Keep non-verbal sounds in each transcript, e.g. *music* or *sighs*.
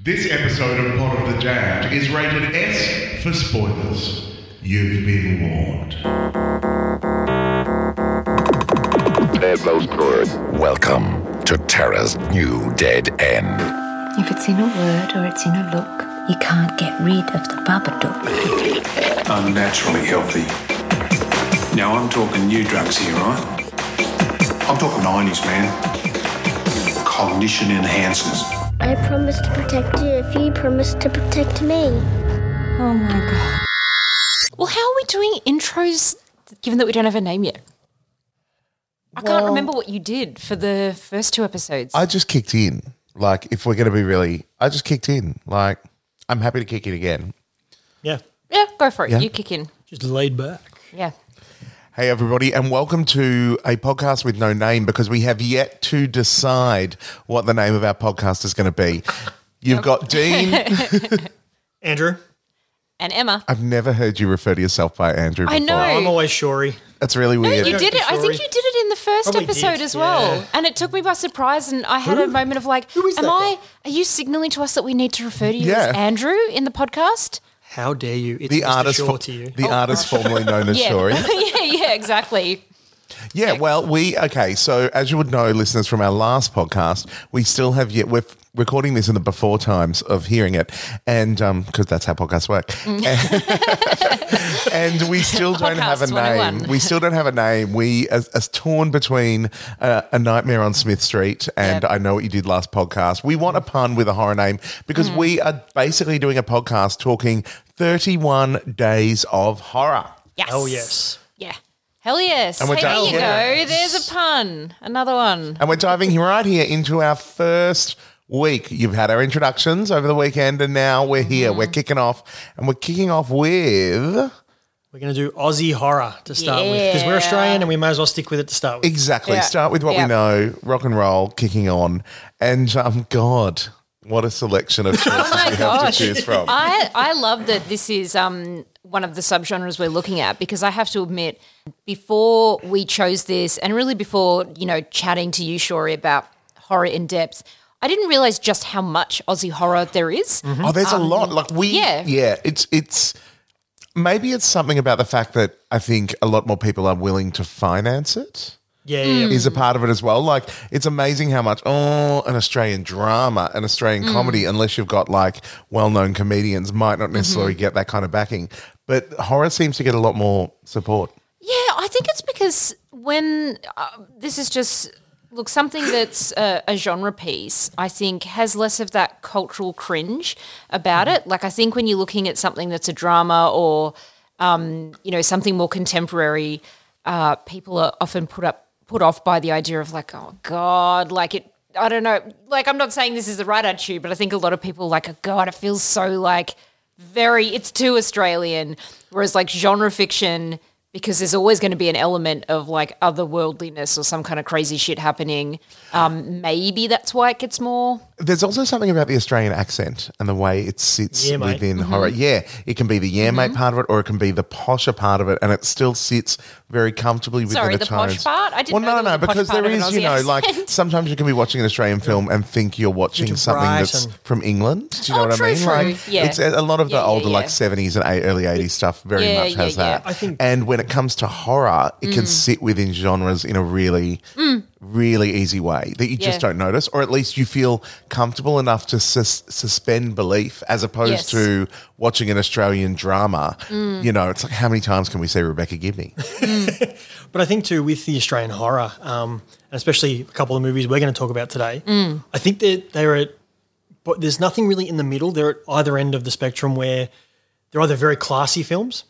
This episode of Pod of the Jammed is rated S for spoilers. You've been warned. Welcome to Terra's new dead end. If it's in a word or it's in a look, you can't get rid of the Babadook. unnaturally healthy. Now I'm talking new drugs here, right? I'm talking 90s, man. Cognition enhancers. I promise to protect you if you promise to protect me. Well, how are we doing intros given that we don't have a name yet? I can't remember what you did for the first two episodes. I just kicked in. Like, if we're going to be really, I just kicked in. Like, I'm happy to kick in again. Yeah, yeah, go for it. Yeah. You kick in. just laid back. Yeah. Hey, everybody, and welcome to a podcast with no name because we have yet to decide what the name of our podcast is going to be. You've *laughs* got Dean. Andrew, And Emma. I've never heard you refer to yourself by Andrew. I before. know. I'm always Shory. That's really weird. You Yeah, did it. I think sorry. you did it in the first Probably episode did, as well. yeah. And it took me by surprise and I had a moment of like, Who is am that I are you signaling to us that we need to refer to you as Yeah. Andrew in the podcast? How dare you? It's the Mr. artist, Shaw fo- to you. the artist formerly known as Oh, Yeah. *laughs* Shory. yeah, yeah, exactly. Yeah, well, we okay. So, as you would know, listeners from our last podcast, we still have yet we're f- recording this in the before times of hearing it, and um, because that's how podcasts work, *laughs* and, and we still don't have a Podcasts 101. name. We still don't have a name. We are, are torn between uh, a nightmare on Smith Street and Yep. I know what you did last podcast. We want a pun with a horror name because we are basically doing a podcast talking thirty-one days of horror. Yes. Oh yes. Yeah. Hell yes. And we're Hey, there done. you Yeah. go. There's a pun. Another one. And we're diving right here into our first week. You've had our introductions over the weekend, and now we're here. Mm-hmm. We're kicking off, and we're kicking off with We're going to do Aussie horror to start with because we're Australian and we may as well stick with it to start with. exactly Yeah. start with what Yeah. we know rock and roll, kicking on. And um, God, what a *laughs* selection of choices Oh my we have gosh. Uh, to choose from. I, I love that this is um, one of the subgenres we're looking at because I have to admit, before we chose this, and really before you know chatting to you, Shory, about horror in depth, I didn't realize just how much Aussie horror there is. Oh, there's a lot. Like we, um, yeah. yeah. It's it's maybe it's something about the fact that I think a lot more people are willing to finance it. Yeah, yeah, yeah. is a part of it as well. Like it's amazing how much oh an Australian drama, an Australian comedy, unless you've got like well-known comedians, might not necessarily get that kind of backing. But horror seems to get a lot more support. Yeah, I think it's because when uh, this is just look something that's a, a genre piece, I think has less of that cultural cringe about Mm-hmm. it. Like I think when you're looking at something that's a drama or um, you know something more contemporary, uh, people are often put up put off by the idea of like oh god, like it. I don't know. Like I'm not saying this is the right attitude, but I think a lot of people are like oh god, it feels so like very it's too Australian. Whereas like genre fiction, because there's always going to be an element of like otherworldliness or some kind of crazy shit happening. Um, maybe that's why it gets more. There's also something about the Australian accent and the way it sits Yeah, mate. Mm-hmm. within horror. Yeah, it can be the yeah mate part of it, or it can be the posher part of it, and it still sits very comfortably within Sorry, the the posh tones. part? I didn't well, know no, no, there was a posh because part there of an is, you know, Aussie like accent. *laughs* sometimes you can be watching an Australian film and think you're watching Into something that's Brighton. from England. Do you know Oh, what true, I mean? true. Like, Yeah. it's a a lot of the Yeah, yeah, older, like yeah. seventies and eight, early eighties stuff. Very Yeah, much has yeah, yeah. that. I think- and when it comes to horror, it Mm. can sit within genres in a really, really easy way that you just Yeah. don't notice, or at least you feel comfortable enough to sus- suspend belief as opposed Yes. Mm. to watching an Australian drama. You know, it's like how many times can we say Rebecca Gibney? But I think too with the Australian horror, um, and especially a couple of movies we're going to talk about today, Mm. I think that they're at, but there's nothing really in the middle. They're at either end of the spectrum where they're either very classy films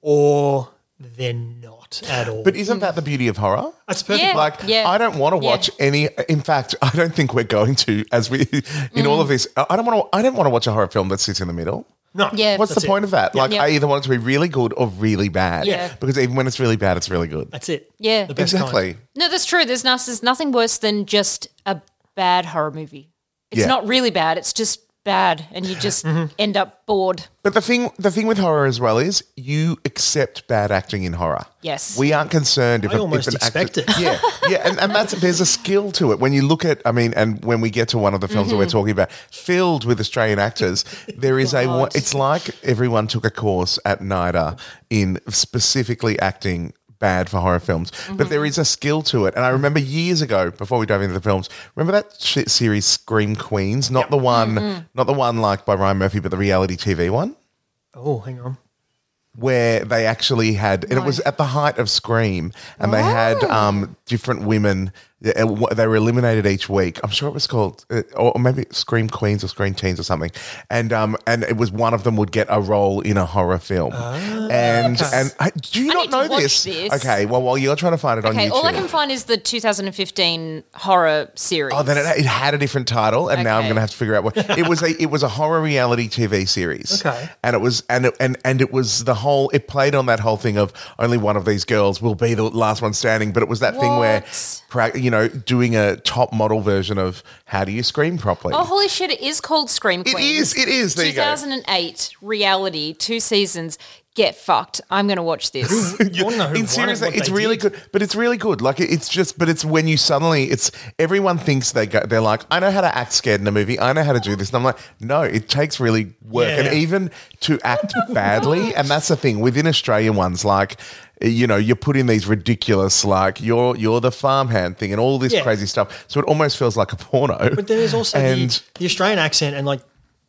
or they're not at all. But isn't that the beauty of horror? that's perfect. Yeah. Like I don't want to watch any. In fact, I don't think we're going to. As we in Mm. all of this, I I don't want to. I don't want to watch a horror film that sits in the middle. No. Yeah. What's That's the it. point of that? Like, Yeah. I either want it to be really good or really bad. Yeah. Because even when it's really bad, it's really good. That's it. Yeah. The best kind. Exactly. No, that's true. There's, no, there's nothing worse than just a bad horror movie. It's Yeah. Mm-hmm. not really bad. It's just bad and you *laughs* just end up bored. But the thing, the thing with horror as well is you accept bad acting in horror. Yes. we aren't concerned if, I a- almost if an expect actor, *laughs* it. Yeah, yeah, and, and that's there's a skill to it. When you look at, I mean, and when we get to one of the films that we're Mm-hmm. talking about, filled with Australian actors, there is a. one- It's like everyone took a course at NIDA in specifically acting. Bad for horror films, but Mm-hmm. there is a skill to it. And I remember years ago, before we dive into the films, remember that shit series Scream Queens, not the one, Mm-hmm. not the one like by Ryan Murphy, but the reality TV one Oh, hang *laughs* on. where they actually had, and it was at the height of Scream, and they had Oh. um, different women. yeah, and wh- They were eliminated each week. I'm sure it was called, uh, or or maybe Scream Queens or Scream Teens or something. And um, and it was one of them would get a role in a horror film. and and I, do you Ah. I not need to know watch this? this. Okay, well while you're trying to find it on Okay, YouTube, all I can find is the 2015 horror series. Oh, then it, it had a different title, and now I'm Okay. going to have to figure out what it was. A it was a horror reality TV series, Okay. and it was and it, and and it was the whole. It played on that whole thing of only one of these girls will be the last one standing, but it was that thing where, What? pra- you know, doing a top model version of how do you scream properly. Oh, holy shit, it is called Scream it Queens. is, it is. There you go. 2008 reality, two seasons. Get fucked. I'm going to watch *laughs* this. You want to know who won In and seriously, what it's they really did? good, but it's really good. Like it- it's just, but it's when you suddenly, it's everyone thinks they go, they're like, I know how to act scared in a movie. I know how to do this, and I'm like, no, it takes really work, Yeah. and even to act badly, and that's the thing within Australian ones, like. You know, you're putting these ridiculous, like you're you're the farmhand thing and all this Yeah. crazy stuff. So it almost feels like a porno. But there's also and the, the Australian accent, and like,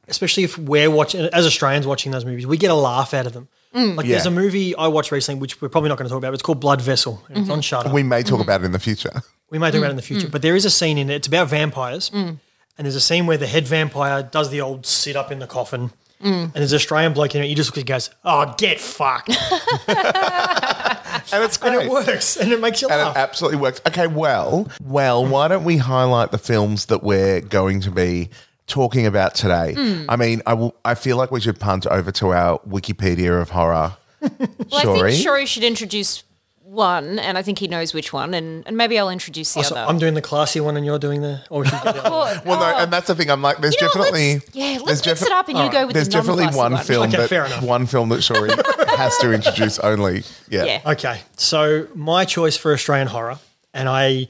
especially if we're watching, as Australians watching those movies, we get a laugh out of them. like, there's Yeah. a movie I watched recently, which we're probably not going to talk about, but it's called Blood Vessel, and it's on Shutter. we may talk about it in the future. We may talk about it in the future, but there is a scene in it. It's about vampires, and there's a scene where the head vampire does the old sit up in the coffin, and there's an Australian bloke in it. You just look at it and goes, "Oh, get fucked," *laughs* And it's *laughs* great. and it works, and it makes you And Oh. laugh. it absolutely works. Okay, well, well, why don't we highlight the films that we're going to be talking about today? Hmm. I mean, I will. I feel like we should punt over to our Wikipedia of horror. well, I Shori? think Shori should introduce one, and I think he knows which one, and, and maybe I'll introduce the Oh, So other. I'm doing the classy one, and you're doing the. Or we should *laughs* do the other one. Oh, Well, no, oh. and that's the thing. I'm like, there's You know what, definitely let's- yeah, let's there's mix it up and you All go with the There's definitely non-classy one one. film Okay, fair that enough. one film that Shori has to introduce only. Yeah. Yeah. Okay, so my choice for Australian horror, and I,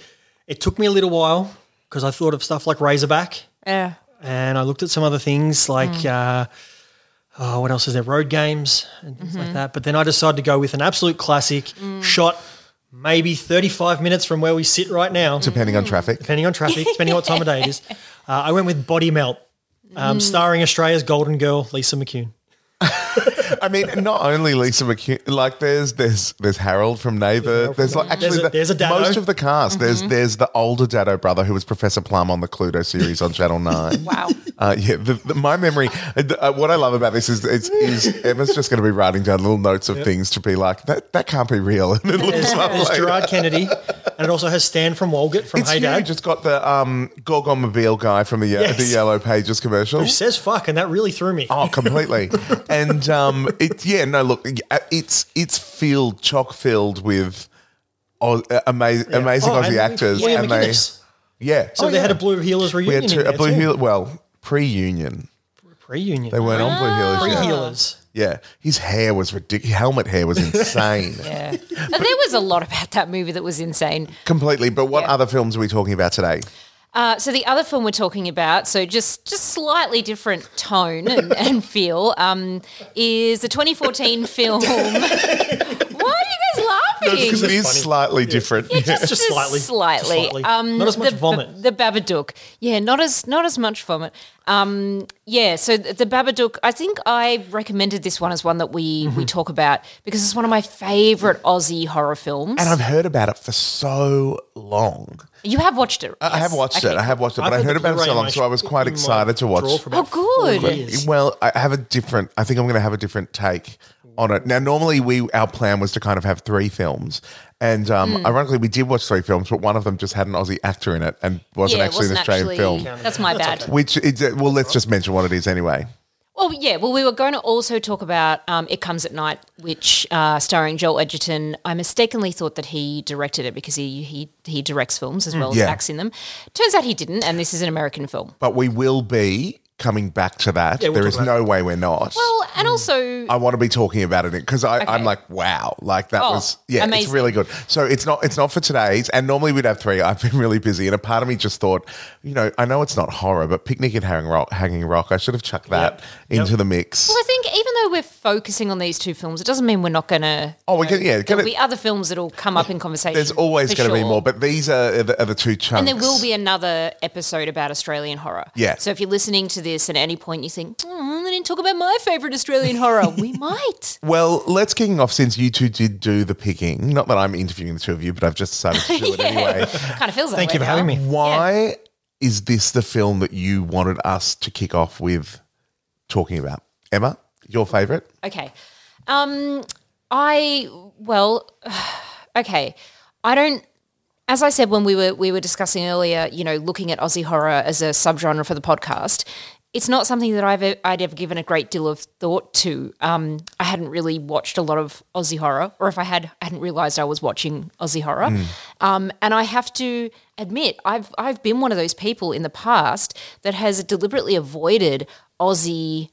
it took me a little while because I thought of stuff like Razorback, *laughs* Yeah. and I looked at some other things like, uh, oh, what else is there? Road games and things like that. But then I decided to go with an absolute classic, shot maybe thirty-five minutes from where we sit right now, Depending on traffic, depending on traffic, depending on what time of day it is. Uh, I went with Body Melt, um, starring Australia's golden girl Lisa McCune. I mean, not only Lisa McCune, like there's there's there's Harold from Neighbour. There's like actually There's a- the- there's a Mm-hmm. Dado. most of the cast. There's there's the older Dado brother who was Professor Plum on the Cluedo series on *laughs* Channel Nine. Wow. Uh, yeah, the, the, my memory. uh, the- Uh, what I love about this is, is, is Emma's just going to be writing down little notes of things to be like that. That can't be real. *laughs* And it looks up There's later. Gerard Kennedy, and it also has Stan from Walgett from It's Hey huge. Dad. It's got the um, Gorgonmobile guy from the ye- Yes. the Yellow Pages commercial. Who says fuck, and that really threw me. Oh, completely. and um, it, yeah, no, look, it's it's filled, chock filled with Oz, uh, amaz- amazing Oh, Aussie and actors, William and they, McGinnis. yeah. So they had a Blue Healers we reunion. had two, in a there blue too. heel. Well, pre-union, Reunion. they weren't on blue Blue heelers. Yet. Healers. Yeah, his hair was ridiculous. Helmet hair was *laughs* insane, Yeah. And there was a lot about that movie that was insane. completely. But what Yeah. other films are we talking about today? Uh, so the other film we're talking about, so just just slightly different tone and, *laughs* and feel, um, is the 2014 film. *laughs* Why are you guys laughing? Because it is funny. slightly different. Yeah. Just, just slightly. Just slightly. Um, Not as much the, vomit. The Babadook. Yeah, not as not as much vomit. Um, yeah, so th- the Babadook. I think I recommended this one as one that we Mm-hmm. we talk about because it's one of my favorite Aussie horror films. *laughs* And I've heard about it for so long. you have watched Uh, it. I I have yes? watched Okay, it. I have watched it, but I, I've heard had the about it so Blu-ray long, in so I was my- quite in my excited to watch. drawer for about Oh, four good. years. Well, I have a different. I think I'm going to have a different take on it. Now, normally we our plan was to kind of have three films, and um, Hmm. ironically we did watch three films, but one of them just had an Aussie actor in it and wasn't Yeah, it actually an Australian film. That's my bad. Which is, uh, well, let's just mention what it is anyway. Well, yeah. Well, we were going to also talk about um, "It Comes at Night," which uh, starring Joel Edgerton. I mistakenly thought that he directed it because he he, he directs films as well Mm, yeah. as acts in them. Turns out he didn't, and this is an American film. But we will be coming back to that. Yeah, we'll there talk is about no way we're not. Well, and also, Oh, mm. I want to be talking about it because I, Okay. I'm like, wow, like that Oh, was yeah, amazing. it's really good. So it's not it's not for today's, and normally we'd have three. I've been really busy, and a part of me just thought, you know, I know it's not horror, but picnic at Hanging Rock, Hanging Rock, I should have chucked that Yep. into the mix. well, I think even though we're focusing on these two films, it doesn't mean we're not going to. Oh, we can, yeah, There'll gonna, be other films that'll come up in conversation. *laughs* there's always for going to be sure. more, but these are, are, the, are the two chunks. And there will be another episode about Australian horror. Yeah. So if you're listening to this and at any point you think, mm, they didn't talk about my favourite Australian *laughs* horror, we might. Well, let's kicking off since you two did do the picking. Not that I'm interviewing the two of you, but I've just decided to *laughs* do it anyway. kind of feels that Thank way you for now. having me. Why is this the film that you wanted us to kick off with talking about? Emma, your favorite? Okay. Um, I well, *sighs* okay. I don't. As I said when we were we were discussing earlier, you know, looking at Aussie horror as a subgenre for the podcast, it's not something that I've e, I'd ever given a great deal of thought to. Um, I hadn't really watched a lot of Aussie horror, or if I had, I hadn't realised I was watching Aussie horror. Um, and I have to admit, I've I've been one of those people in the past that has deliberately avoided Aussie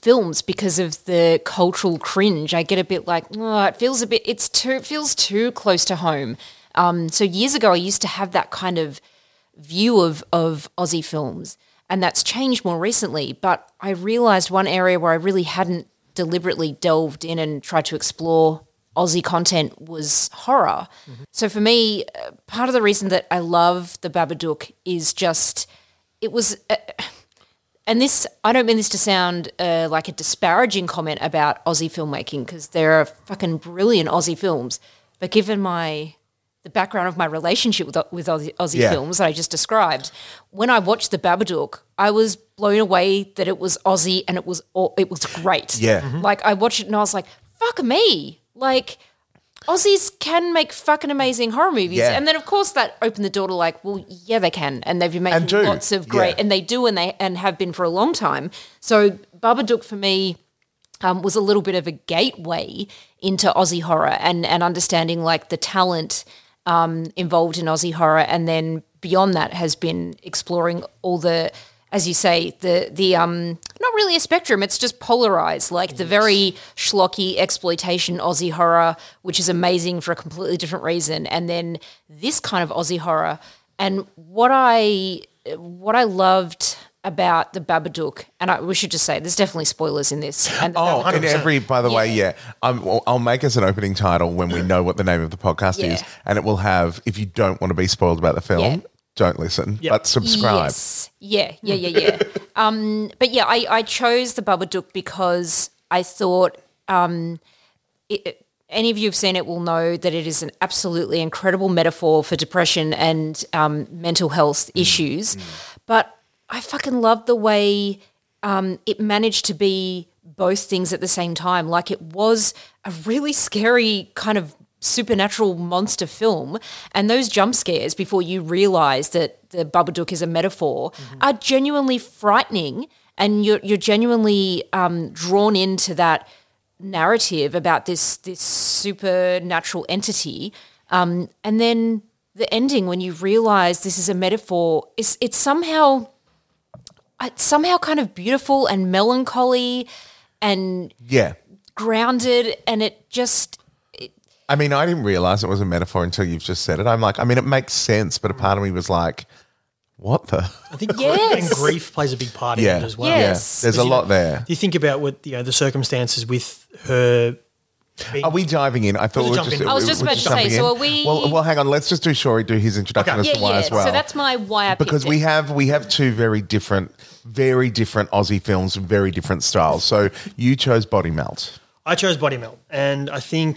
films because of the cultural cringe. I get a bit like, oh, it feels a bit, it's too, it feels too close to home. Um, so years ago, I used to have that kind of view of of Aussie films, and that's changed more recently. But I realised one area where I really hadn't deliberately delved in and tried to explore Aussie content was horror. So for me, uh, part of the reason that I love the Babadook is just it was and this I don't mean this to sound uh, like a disparaging comment about Aussie filmmaking because there are fucking brilliant Aussie films, but given my the background of my relationship with with Aussie, Aussie Yeah. films that I just described, when I watched The Babadook, I was blown away that it was Aussie and it was au- it was great. Mm-hmm. Yeah. Mhm. like I watched it and I was like, "Fuck me!" Like Aussies can make fucking amazing horror movies, Yeah. and then of course that opened the door to like, well, yeah, they can, and they've been making And do, lots of great, yeah. and they do, and they and have been for a long time. So Babadook for me um, was a little bit of a gateway into Aussie horror and and understanding like the talent um, involved in Aussie horror, and then beyond that has been exploring all the, as you say, the the um not really a spectrum. It's just polarized, like the very schlocky exploitation Aussie horror, which is amazing for a completely different reason, and then this kind of Aussie horror. And what I what I loved about the Babadook, and I, we should just say there's definitely spoilers in this. And the Oh, Babadook- in every, by the way, yeah. Um, well, I'll make us an opening title when we know what the name of the podcast Yeah. is, and it will have, if you don't want to be spoiled about the film, Yeah. don't listen, Yep. but subscribe. Yes. Yeah, yeah, yeah, yeah. um, but yeah, I, I chose the Babadook because I thought um, it, it- any of you who've seen it will know that it is an absolutely incredible metaphor for depression and um, mental health issues. But I fucking love the way um, it managed to be both things at the same time. Like it was a really scary kind of supernatural monster film, and those jump scares before you realise that the Babadook is a metaphor are genuinely frightening, and you're you're genuinely um, drawn into that narrative about this this supernatural entity, um, and then the ending when you realise this is a metaphor is it's somehow it's uh, somehow kind of beautiful and melancholy and Yeah. grounded and it just I mean, I didn't realize it was a metaphor until you've just said it. I'm like, I mean, it makes sense, but a part of me was like, what the? I think *laughs* Yes. and grief plays a big part Yeah. in it as well. Yes. Yeah. There's a lot there. Do you think about what you know the circumstances with her? Are we diving in? I thought we Let's were jump just. in. I was we- just we're about to say, jumping so in. are we- Well, well, hang on. Let's just do Shori do his introduction Okay. as yeah to why yeah as well. so that's my why I because picked we it. have we have two very different, very different Aussie films, and very different styles. So you chose Body Melt. I chose body melt, and I think,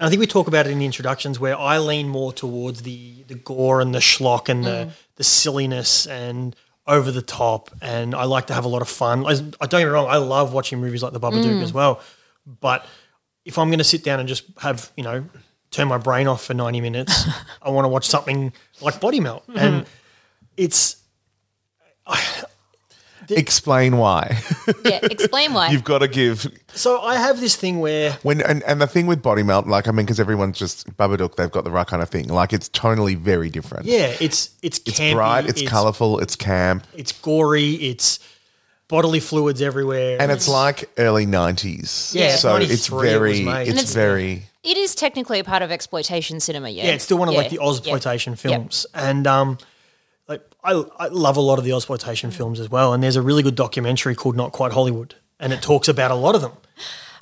and I think we talk about it in the introductions where I lean more towards the the gore and the schlock and the the silliness and over the top, and I like to have a lot of fun. I, I don't get me wrong, I love watching movies like The Babadook as well, but if I'm going to sit down and just have you know turn my brain off for ninety minutes, I want to watch something like Body Melt, and it's Explain why. *laughs* Yeah, explain why. *laughs* You've got to give So I have this thing where when and, and the thing with body melt, like I mean, because everyone's just Babadook, they've got the right kind of thing. Like it's tonally very different. yeah, it's it's it's campy, bright, it's, colourful, it's camp, it's gory, it's bodily fluids everywhere, and it's like early nineties. Yeah, so it's 93 it was very, made. it's, And it's- very. it is technically a part of exploitation cinema, yeah. yeah, it's still one of like the Yeah, Oz yeah. exploitation films, and um, like I, I love a lot of the Oz exploitation Mm. films as well. And there's a really good documentary called Not Quite Hollywood, and it talks about a lot of them.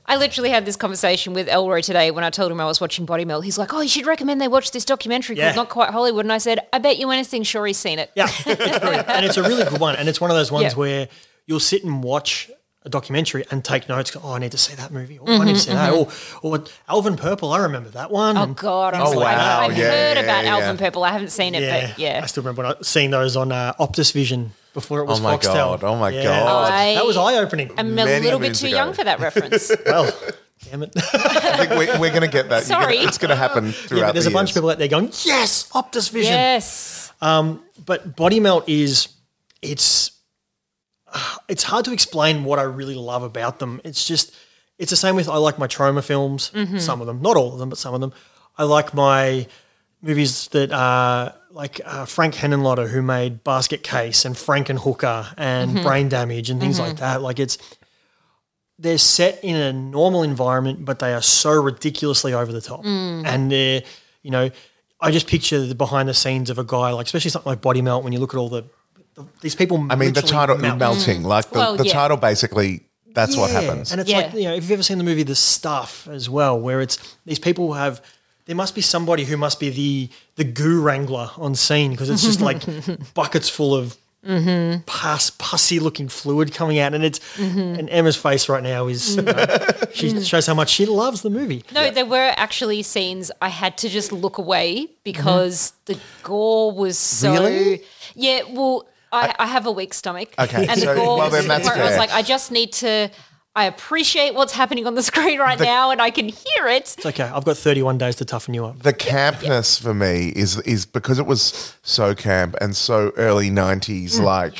I literally had this conversation with Elroy today when I told him I was watching Body Melt. He's like, "Oh, you should recommend they watch this documentary Yeah. called Not Quite Hollywood." And I said, "I bet you anything, sure he's seen it." Yeah, *laughs* it's brilliant, and it's a really good one. And it's one of those ones Yeah. where you'll sit and watch a documentary and take notes. go, Oh, I need to see that movie. Oh, I need to see that. Or, or Alvin Purple. I remember that one. Mm-hmm, Oh And- God! I'm Oh, sorry. wow. I've, I've Yeah, heard yeah, about yeah. Alvin Purple. I haven't seen it, but yeah, I still remember when I, seeing those on uh, Optus Vision before it was Oh my Foxtel. God, oh my Yeah, God. I- That was, eye opening. I'm *laughs* a Many little bit moons too ago. young for that *laughs* reference. well, damn it. I think we, we're going to get that. You're gonna- Sorry. it's going to happen throughout. yeah, but *laughs* there's the a bunch years. of people out there going, yes, Optus Vision. yes, But body melt is, it's, it's hard to explain what I really love about them. It's just, it's the same with I like my trauma films, some of them, not all of them, but some of them. I like my movies that are like uh, Frank Henenlotter, who made Basket Case and Frankenhooker and Brain Damage and things like that. Like it's, they're set in a normal environment, but they are so ridiculously over the top. And they're, you know, I just picture the behind the scenes of a guy, like especially something like Body Melt, when you look at all the, the these people. I mean, the title melting, like the, Well, the yeah. title basically. That's what Yeah. happens. And it's Yeah. like, you know, if you've ever seen the movie The Stuff as well, where it's these people have there must be somebody who must be the the goo wrangler on scene because it's just like buckets full of pus, pussy looking fluid coming out. And it's and Emma's face right now is you know, she shows how much she loves the movie. no, there were actually scenes I had to just look away because the gore was so. Mm-hmm. Really? Yeah, well, I, I have a weak stomach. Okay, and so- the gore. well, was then that's where I was fair. like, I just need to. I appreciate what's happening on the *laughs* screen right now, and I can hear it. It's okay. I've got 31 days to toughen you up. the campness for me is is because it was so camp and so early 90s Mm. like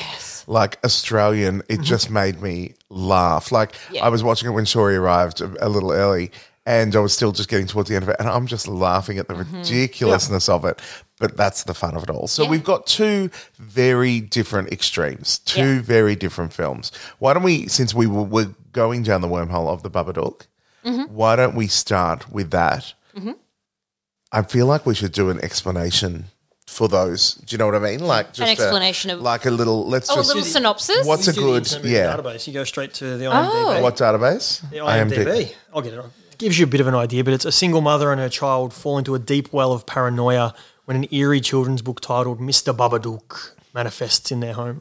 like australian it just made me laugh like Mm-hmm. Yeah. i was watching it when shorey arrived a, a little early and i was still just getting towards the end of it and i'm just laughing at the ridiculousness of it but that's the fun of it all so Mm-hmm. Yeah. we've got two very different extremes two Yeah. very different films why don't we since we were, were going down the wormhole of the babadook Mm-hmm. why don't we start with that I feel like we should do an explanation for those. Do you know what I mean? Like just a- explanation of- like a little. Let's Oh, a just little synopsis. what's a You do the good Internet Movie yeah? database. You go straight to the IMDb. What database? The IMDb. I'll get it. wrong. It gives you a bit of an idea, but it's a single mother and her child fall into a deep well of paranoia when an eerie children's book titled Mr. Babadook manifests in their home.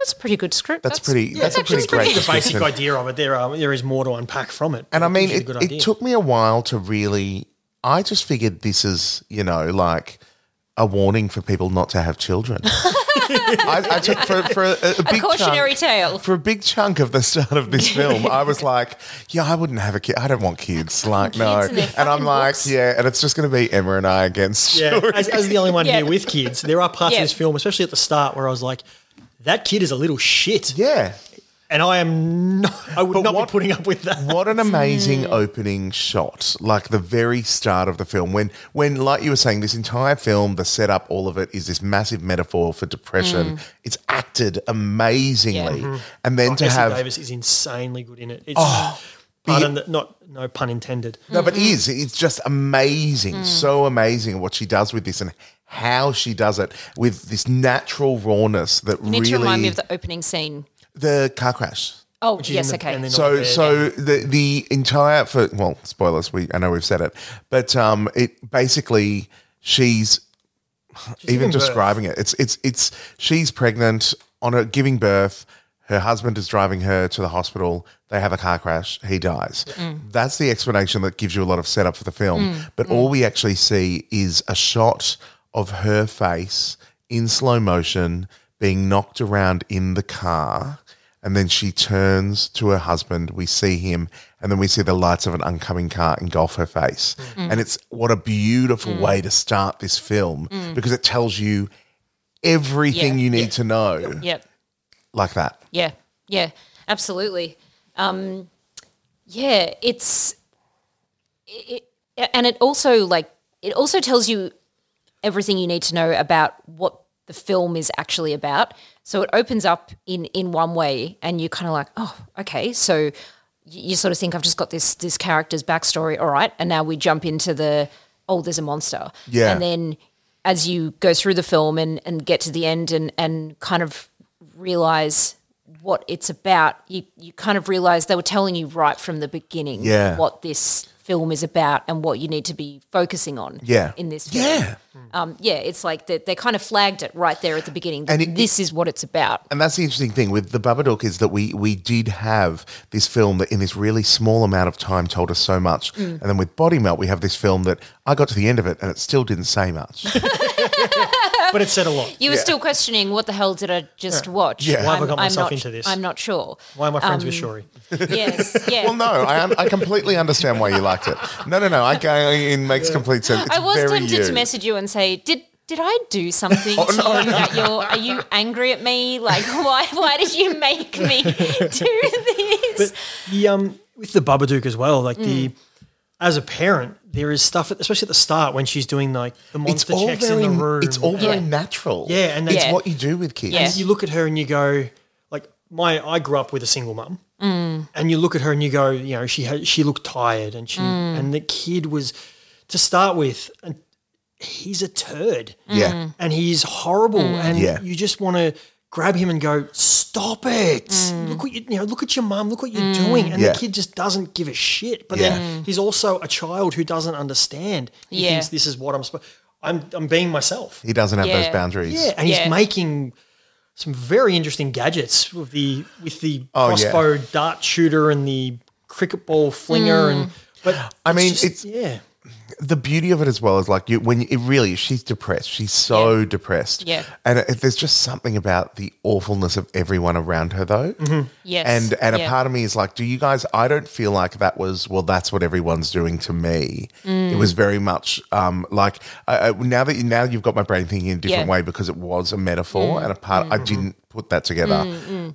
That's a pretty good script. That's pretty- that's a actually pretty great The basic Description. idea of it. There are there is more to unpack from it. And but I mean, gives you a it, good idea. it took me a while to really. I just figured this is you know like a warning for people not to have *laughs* children. I, I took for, for a, a big cautionary chunk- tale. For a big chunk of the start *laughs* of this film, I was like, "Yeah, I wouldn't have a kid. I don't want kids. Like, no." kids and their And I'm fucking like, books. "Yeah," and it's just going to be Emma and I against. yeah, Shuri. as, as the only one Yeah. here with kids, there are parts Yeah. of this film, especially at the start, where I was like, "That kid is a little shit," yeah. and I am not. I would But not what- be putting up *laughs* with that. What an amazing opening shot! Like the very start of the film, when when like you were saying, this entire film, the setup, all of it is this massive metaphor for depression. Mm. It's acted amazingly, Mm-hmm. and Oh, then to Jesse have Oh, Davis is insanely good in it. It's, pardon the, not no pun intended. no, but it Mm-hmm. is it's just amazing, Mm. so amazing what she does with this and how she does it with this natural rawness that You need really to remind me of the opening scene. the car crash. Oh, is yes, in the- okay. and then So, Yeah. so the the entire for well, spoilers. We I know we've said it, but um, it basically she's, even giving birth. describing it. It's it's it's she's pregnant on a giving birth. Her husband is driving her to the hospital. They have a car crash. He dies. That's the explanation that gives you a lot of setup for the film. But all we actually see is a shot of her face in slow motion being knocked around in the car. And then she turns to her husband. We see him, and then we see the lights of an oncoming car engulf her face. Mm. And it's what a beautiful way to start this film because it tells you everything Mm. Yeah, you need to know. yep. like that. Yeah, yeah, absolutely. Um, yeah, it's it, it- and it also like it also tells you everything you need to know about what the film is actually about. So it opens up in in one way, and you kind of like, oh, okay, so y- you sort of think I've just got this this character's backstory, all right, and now we jump into the oh, there's a monster, Yeah. and then as you go through the film and and get to the end and and kind of realize what it's about, you you kind of realize they were telling you right from the beginning Yeah. what this film is about and what you need to be focusing on Yeah. in this film. Um, yeah, it's like they, they kind of flagged it right there at the beginning. And it- this is what it's about. And that's the interesting thing with the Babadook is that we we did have this film that in this really small amount of time told us so much, Mm. and then with Body Melt we have this film that I got to the end of it and it still didn't say much. but it said a lot. *laughs* You were still questioning what the hell did I just watch? Yeah. Why have I I'm- got I'm myself not- into this? I'm not *laughs* sure. Why am I friends with Shuri? Yes, yeah. well, no, I un- I completely understand why you liked it. No, no, no, I, I it makes complete sense. It's I was very tempted you. Oh, to message you and say, did. Did I do *laughs* something to no, you that you're? Are you angry at me? Like, *laughs* why? Why did you make me *laughs* do this? But the um with the Babadook as well, like the as a parent, there is stuff, especially at the start when she's doing like the monster checks in the room. it's all very Yeah. natural. Yeah, and it's that's- what you do with kids. Yeah. you look at her and you go, like my I grew up with a single mum, and you look at her and you go, you know, she had she looked tired, and she and the kid was to start with, and he's a turd, Yeah. Mm. and he's horrible, and Yeah. you just want to grab him and go, stop it! Mm. Look what you, you know, look at your mum, look what you're doing, and Yeah. the kid just doesn't give a shit. But Yeah. then he's also a child who doesn't understand. He Yeah. thinks this is what I'm supposed. I'm I'm being myself. He doesn't have those Yeah. boundaries. Yeah, and Yeah. he's making some very interesting gadgets with the with the Oh, yeah. crossbow dart shooter and the cricket ball flinger Mm. and but I mean, it's- yeah. the beauty of it as well is like you when you, it really she's depressed she's so depressed Yeah. and it, there's just something about the awfulness of everyone around her though Mm-hmm. Yes, and and yeah. a part of me is like do you guys i don't feel like that was well that's what everyone's doing to me Mm. it was very much um like I, I, now that you, now you've got my brain thinking in a different Yeah. Mm. way because it was a metaphor and a part i didn't put that together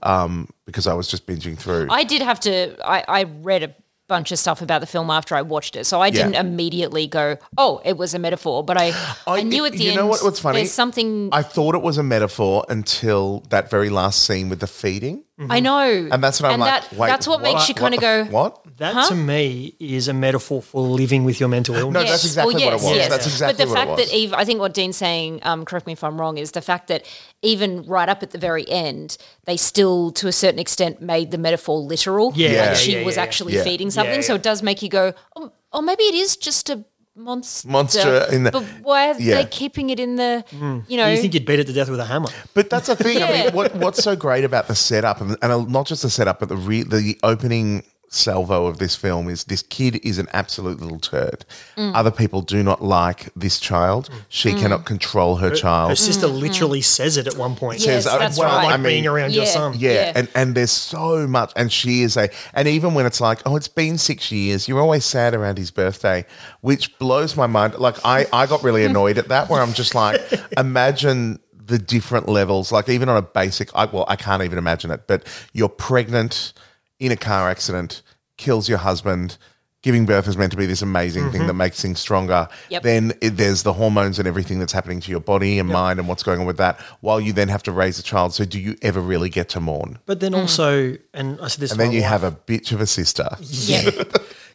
um because i was just binging through I did have to. I, I read a bunch of stuff about the film after I watched it, so I didn't immediately go, "Oh, it was a metaphor." But I, I, knew at the you end. know what, what's funny There's something I, I thought it was a metaphor until that very last scene with the feeding. know, And that's when I'm like, Mm. that- wait, that's what, makes you what kind of the go, f- What? That to me is a metaphor for living with your mental illness. No, that's exactly Well, what it yes, was. yes. That's exactly But the what fact it was. that Eve, I think what Dean's saying, um, correct me if I'm wrong, is the fact that even right up at the very end, they still, to a certain extent, made the metaphor literal. Yeah, like yeah, she yeah, was yeah, actually yeah. feeding something. So yeah. it does make you go, oh, oh, maybe it is just a monster. Monster in the- but why are yeah. they keeping it in the? You know, Mm. You think you'd beat it to death with a hammer. but that's the thing. I Yeah. mean, what, what's so great about the setup, and, and not just the setup, but the re, the opening salvo of this film is this kid is an absolute little turd. Mm. Other people do not like this child. She cannot control her Her child. sister literally says it at one point. Mm-hmm. Yes, says, uh, that's well, right. I like mean- being around your Yeah. son. Yeah, Yeah. and and there's so much, and she is a, and even when it's like, oh, it's been six years, you're always sad around his birthday, which blows my mind. Like I, I got really annoyed at that, where I'm just like, imagine the different levels, like even on a basic, I, well, I can't even imagine it, but you're pregnant in a car accident, kills your husband. Giving birth is meant to be this amazing thing that makes things stronger. Yep. Then it, there's the hormones and everything that's happening to your body and mind and what's going on with that, while you then have to raise a child. So, do you ever really get to mourn? But Mm. then also, and I said this, And to then my you wife, have a bitch of a sister. yeah,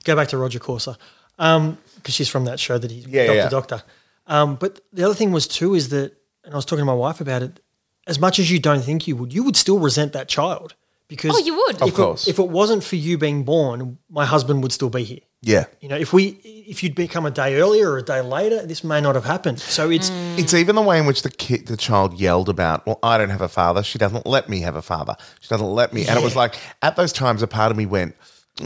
go back to Roger Corsa, because she's from that show that he's Yeah, Doctor yeah. Doctor. Um, but the other thing was too is that, and I was talking to my wife about it. As much as you don't think you would, you would still resent that child because Oh, you would. Of If course. It, if it wasn't for you being born, my husband would still be here. Yeah. You know, if we if you'd become a day earlier or a day later, this may not have happened. So it's Mm. It's even the way in which the kid, the child yelled about, well, I don't have a father. She doesn't let me have a father. She doesn't let me. And it was like, at those times, a part of me went,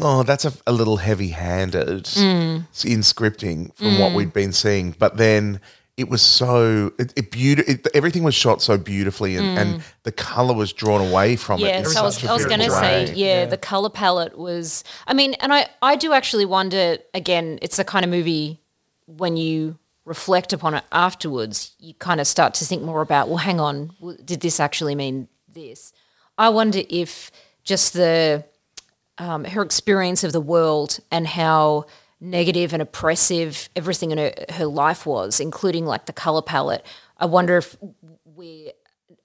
oh, that's a, a little heavy handed Mm. in scripting from what we'd been seeing. But then it was so, it, it beauti- it, everything was shot so beautifully and, and the color was drawn away from it. yeah. in So Mm. I was, such a I was going to beautiful say, way. yeah, the color palette was. I mean, and I, I do actually wonder. Again, it's the kind of movie when you reflect upon it afterwards, you kind of start to think more about. Well, hang on, w- did this actually mean this? I wonder if just the um, her experience of the world and how negative and oppressive everything in her, her life was, including like the color palette. I wonder if we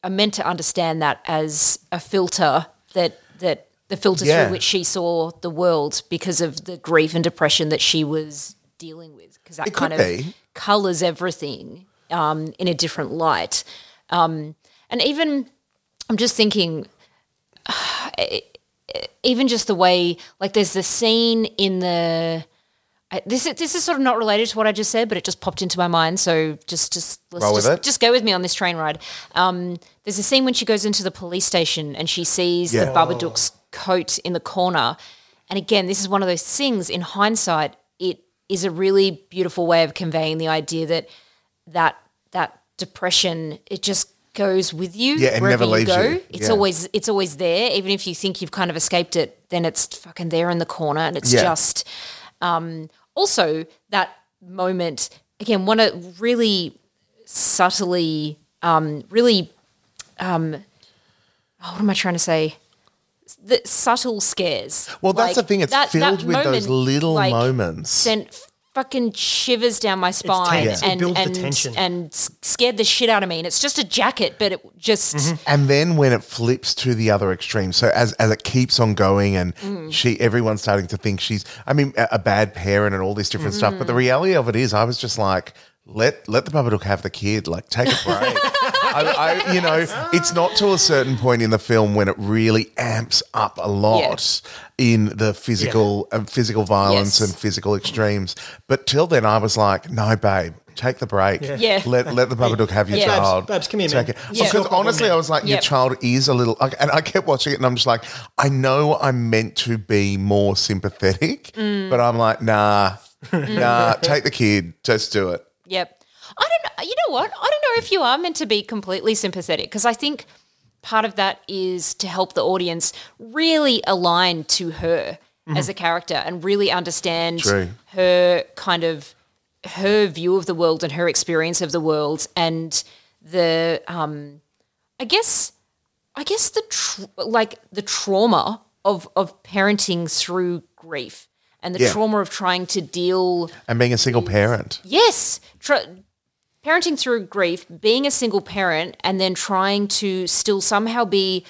are meant to understand that as a filter that that the filter Yeah. through which she saw the world because of the grief and depression that she was dealing with, because that It could kind of be. colors everything um, in a different light. Um, and even, I'm just thinking, even just the way, like, there's the scene in the. I, this is this is sort of not related to what I just said, but it just popped into my mind. So just just let's Roll with just, it. just go with me on this train ride. Um, there's a scene when she goes into the police station and she sees Yeah. the Babadook's coat in the corner. And again, this is one of those things. In hindsight, it is a really beautiful way of conveying the idea that that that depression it just goes with you Yeah, it wherever never leaves go. you. It's Yeah. always it's always there, even if you think you've kind of escaped it. Then it's fucking there in the corner, and it's Yeah. just um, also that moment again one of really subtly um really um oh, what am i trying to say the subtle scares Well, that's the thing, it's filled with those little moments. sent fucking shivers down my spine tense, it and builds the and, tension. and s- scared the shit out of me and it's just a jacket but it just And then when it flips to the other extreme, so as as it keeps on going, and Mm. she, everyone's starting to think she's, I mean, a, a bad parent and all this different stuff. Mm-hmm. But the reality of it is, I was just like, let let the Babadook have the kid, like take a *laughs* break. I, I, you know, it's not till a certain point in the film when it really amps up a lot in the physical um, physical violence Yes. and physical extremes. But till then, I was like, no, babe, take the break. Yeah. Let let the Babadook have your Yeah. Babs- child. Babs, come here, Take man. it. Yeah. Because honestly, I was like, your Yep. child is a little, like, and I kept watching it, and I'm just like, I know I'm meant to be more sympathetic, but I'm like, nah, nah, take the kid, just do it. Yep. I don't know. You know what? I don't know if you are meant to be completely sympathetic because I think part of that is to help the audience really align to her as a character and really understand Mm-hmm. True. her kind of her view of the world and her experience of the world and the um I guess I guess the tr like the trauma of of parenting through grief and the Yeah. trauma of trying to deal And being a single parent, Yes. Tr- parenting through grief, being a single parent, and then trying to still somehow be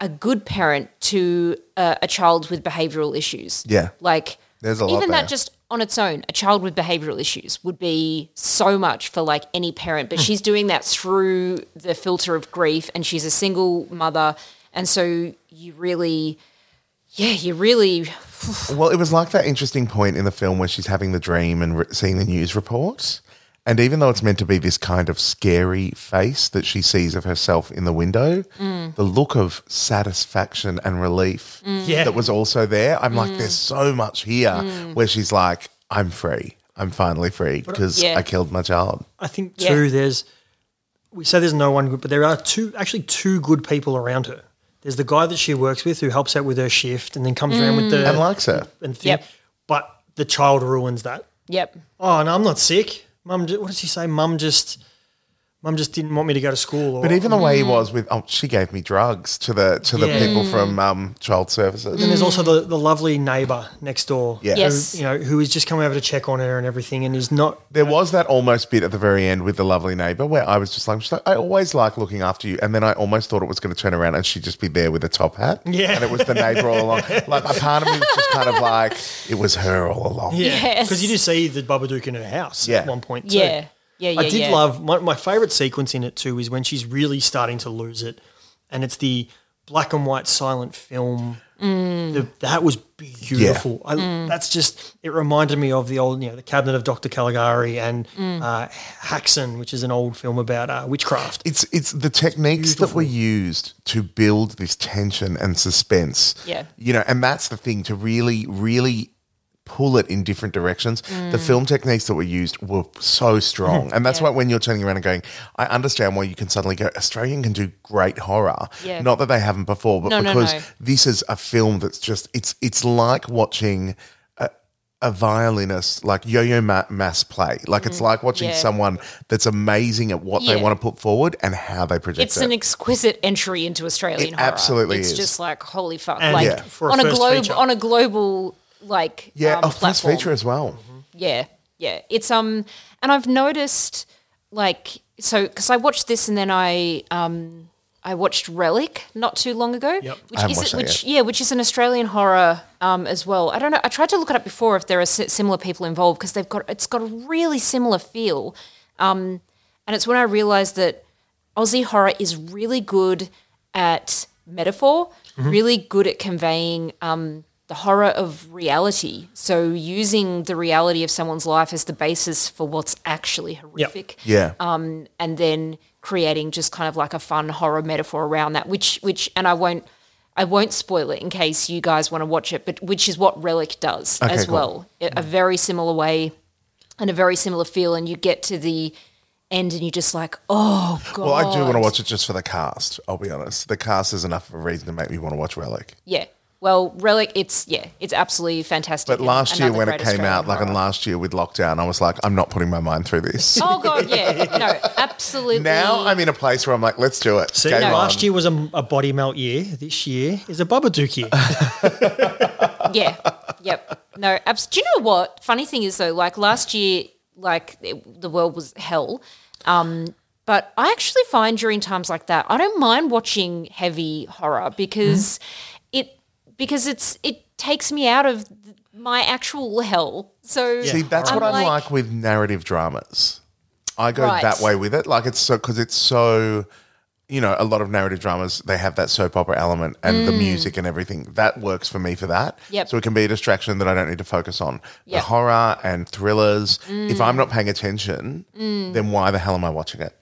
a good parent to uh, a child with behavioral issues. Yeah. Like, There's a lot even there. that just on its own, a child with behavioral issues would be so much for like any parent, Hmm. but she's doing that through the filter of grief, and she's a single mother. And so you really, yeah, you really, well, it was like that interesting point in the film where she's having the dream and re- seeing the news report. And even though it's meant to be this kind of scary face that she sees of herself in the window, the look of satisfaction and relief Yeah. that was also there. I'm like, there's so much here where she's like, I'm free. I'm finally free because Yeah. I killed my child. I think Yeah. too. There's we say there's no one good, but there are two actually two good people around her. There's the guy that she works with who helps out with her shift and then comes around with the Mm. And likes her. and thing, Yep. but the child ruins that. yep. Oh no, I'm not sick. Mum, ju- what does she say? Mum just, mum just didn't want me to go to school. Or, But even the way he was with, oh, she gave me drugs to the to the Yeah. people from um, child services. and there's also the, the lovely neighbour next door. Yeah. Yes. Who, you know, who is just coming over to check on her and everything, and is not. There was that almost bit at the very end with the lovely neighbor where I was just like, she's like, I always like looking after you. And then I almost thought it was going to turn around and she'd just be there with a top hat. Yeah. And it was the neighbor all along. Like, a part of me was just kind of like, it was her all along. Yeah, Yes. because you do see the Babadook in her house Yeah. at one point. Too. Yeah. Yeah, yeah, I did yeah. love my, my favorite sequence in it too is when she's really starting to lose it, and it's the black and white silent film. Mm. The- that was beautiful. I, That's just it reminded me of the old, you know, the Cabinet of Dr. Caligari and Mm. uh, Haxan, which is an old film about uh, witchcraft. It's it's the techniques that were used to build this tension and suspense. Yeah. You know, and that's the thing to really, really pull it in different directions. Mm. The film techniques that were used were so strong. *laughs* And that's why when you're turning around and going, I understand why you can suddenly go, Australian can do great horror. Yeah. Not that they haven't before, but No, no, because no. this is a film that's just it's it's like watching a violinist like yo-yo ma- mass play. Like it's like watching Mm-hmm. yeah. someone that's amazing at what Yeah. they want to put forward and how they project It's it. an exquisite entry into Australian It horror. absolutely it's is. just like holy fuck, And like Yeah. for a on a first globe feature. on a global like yeah, um, a first platform. Mm-hmm. feature as well. Yeah, yeah. It's um, and I've noticed like so because I watched this and then I um I watched Relic not too long ago. Yep. Which I haven't is watched that which yeah, which is an Australian horror um as well. I don't know. I tried to look it up before if there are si- similar people involved because they've got it's got a really similar feel. Um, and it's when I realized that Aussie horror is really good at metaphor, really good at conveying um, the horror of reality. So using the reality of someone's life as the basis for what's actually horrific, Yeah. um, and then creating just kind of like a fun horror metaphor around that. Which, which, and I won't. I won't spoil it in case you guys want to watch it, but which is what Relic does Okay, as cool. well. A- A very similar way and a very similar feel, and you get to the end and you're just like, oh god. well, I do want to watch it just for the cast. I'll be honest. The cast is enough of a reason to make me want to watch Relic. Yeah. Well, Relic, it's yeah, it's absolutely fantastic. But and last year another when it great came Australian out, like in horror. last year with lockdown, I was like, I'm not putting my mind through this. Oh god, yeah, *laughs* no, absolutely. now I'm in a place where I'm like, let's do it. See, Game last on. year was a, a body melt year. This year is a Babadook year. yeah, yep. No, abs- do you know what? Funny thing is though, like last year, like it, the world was hell. Um, but I actually find during times like that, I don't mind watching heavy horror because it because it's it takes me out of th- my actual hell. So See, that's what I'm I like- like with narrative dramas. I go Right. that way with it. Like it's so because it's so, you know, a lot of narrative dramas they have that soap opera element and the music and everything that works for me for that. Mm. Yep. So it can be a distraction that I don't need to focus on. The Yep. Mm. horror and thrillers. If I'm not paying attention, then why the hell am I watching it?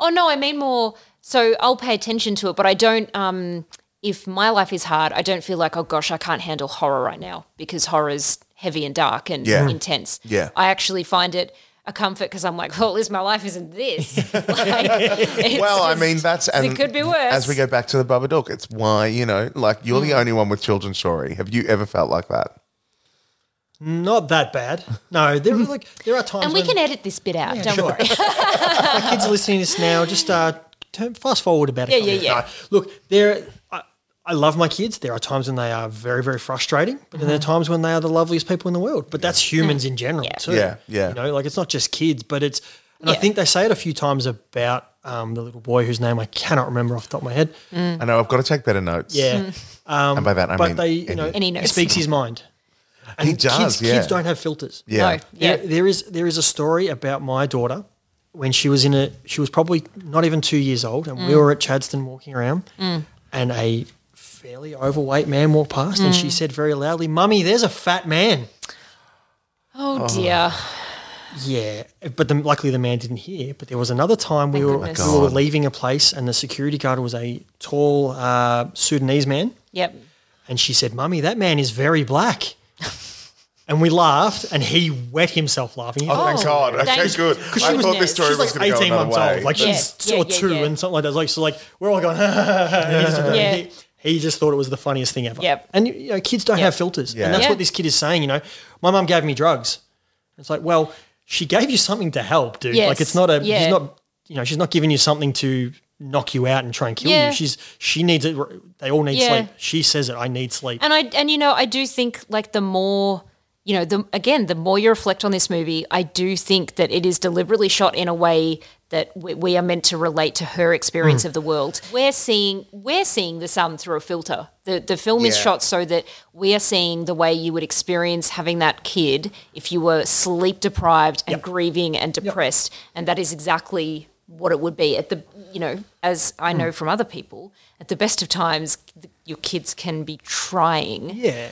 Oh no, I mean more. So I'll pay attention to it, but I don't. Um, if my life is hard, I don't feel like oh gosh, I can't handle horror right now because horror's heavy and dark and Yeah. intense. Yeah. I actually find it a comfort because I'm like, well, at least my life isn't *laughs* this. like, it's Well, I just- mean that's and it could be worse. Mm. As we go back to the Babadook, it's why you know, like you're the only one with children's story. Have you ever felt like that? Not that bad. No, there were like there are times and we when- can edit this bit out. don't sure. worry. If kids are listening to this now, just uh, turn, fast forward about it. Yeah, yeah, yeah. look, there. I, I love my kids. There are times when they are very, very frustrating, but then there are Mm-hmm. times when they are the loveliest people in the world. But that's humans in general, too. Yeah, yeah. You know, like it's not just kids, but it's. And I Yeah. think they say it a few times about um, the little boy whose name I cannot remember off the top of my head. Mm-hmm. I know I've got to take better notes. Yeah, and by that I but mean they, you know, And he knows. speaks his mind. And He does, Kids, yeah. kids don't have filters. Yeah. No, yeah. There- there is there is a story about my daughter when she was in a she was probably not even two years old, and Mm. we were at Chadston walking around, and a fairly overweight man walked past, and Mm. she said very loudly, "Mummy, there's a fat man." Oh dear. Yeah, but the, luckily the man didn't hear. But there was another time we were, goodness. we were leaving a place, and the security guard was a tall uh, Sudanese man. Yep. And she said, Mummy, that man is *laughs* very black. and we laughed, and he wet himself laughing. He Oh, thank Oh, God. Okay, thank- good. 'Cause I she was thought nervous. this story She's She's was like going to go 18 another months way. old. Like but- she's Yeah, or yeah, two yeah. and something like that. Like, so like we're all going, *laughs* and he's Uh, looking at Yeah. me. he, he just thought it was the funniest thing ever. Yep. And you know, kids don't have filters. Yeah. And that's Yeah. what this kid is saying, you know. My mum gave me drugs. It's like, well, she gave you something to help, dude. Yes. Like it's not a Yeah. she's not you know, she's not giving you something to knock you out and try and kill Yeah. you. She's she needs it they all need Yeah. sleep. She says it, I need sleep. And I and you know I do think like the more you know the again the more you reflect on this movie, I do think that it is deliberately shot in a way that we, we are meant to relate to her experience of the world. We're seeing we're seeing the sun through a filter. The the film is Yeah. shot so that we are seeing the way you would experience having that kid if you were sleep deprived and grieving and depressed, and that is exactly what it would be at the you know as i know from other people at the best of times th- your kids can be trying yeah.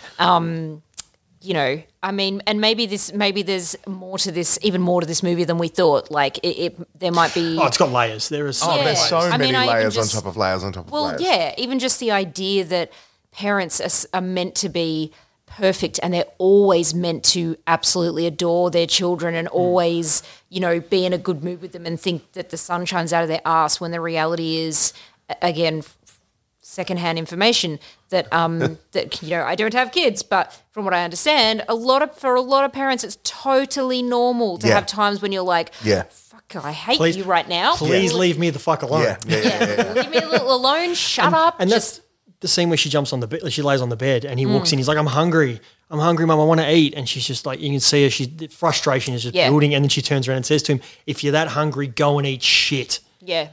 you know i mean and maybe this maybe there's more to this even more to this movie than we thought like it, it there might be Oh, it's got layers. There is Oh, Yeah. there's so I many mean, I even layers just- on top of layers on top of well layers. yeah even just the idea that parents are, s- are meant to be perfect and they're always meant to absolutely adore their children Hmm. and always you know be in a good mood with them and think that the sun shines out of their ass when the reality is a- again secondhand information *laughs* that um that you know I don't have kids, but from what I understand, a lot of for a lot of parents, it's totally normal to Yeah. have times when you're like, Yeah. fuck, I hate Please- you right now. Please leave me the fuck alone. Yeah, yeah, yeah, yeah, yeah. leave me a little *laughs* alone. Shut up. And just Mm. that's the scene where she jumps on the bed, she lays on the bed, and he walks in. He's like, "I'm hungry, I'm hungry, mum, I want to eat." And she's just like, you can see her. She the frustration is just Yeah. building, and then she turns around and says to him, "If you're that hungry, go and eat shit." yeah.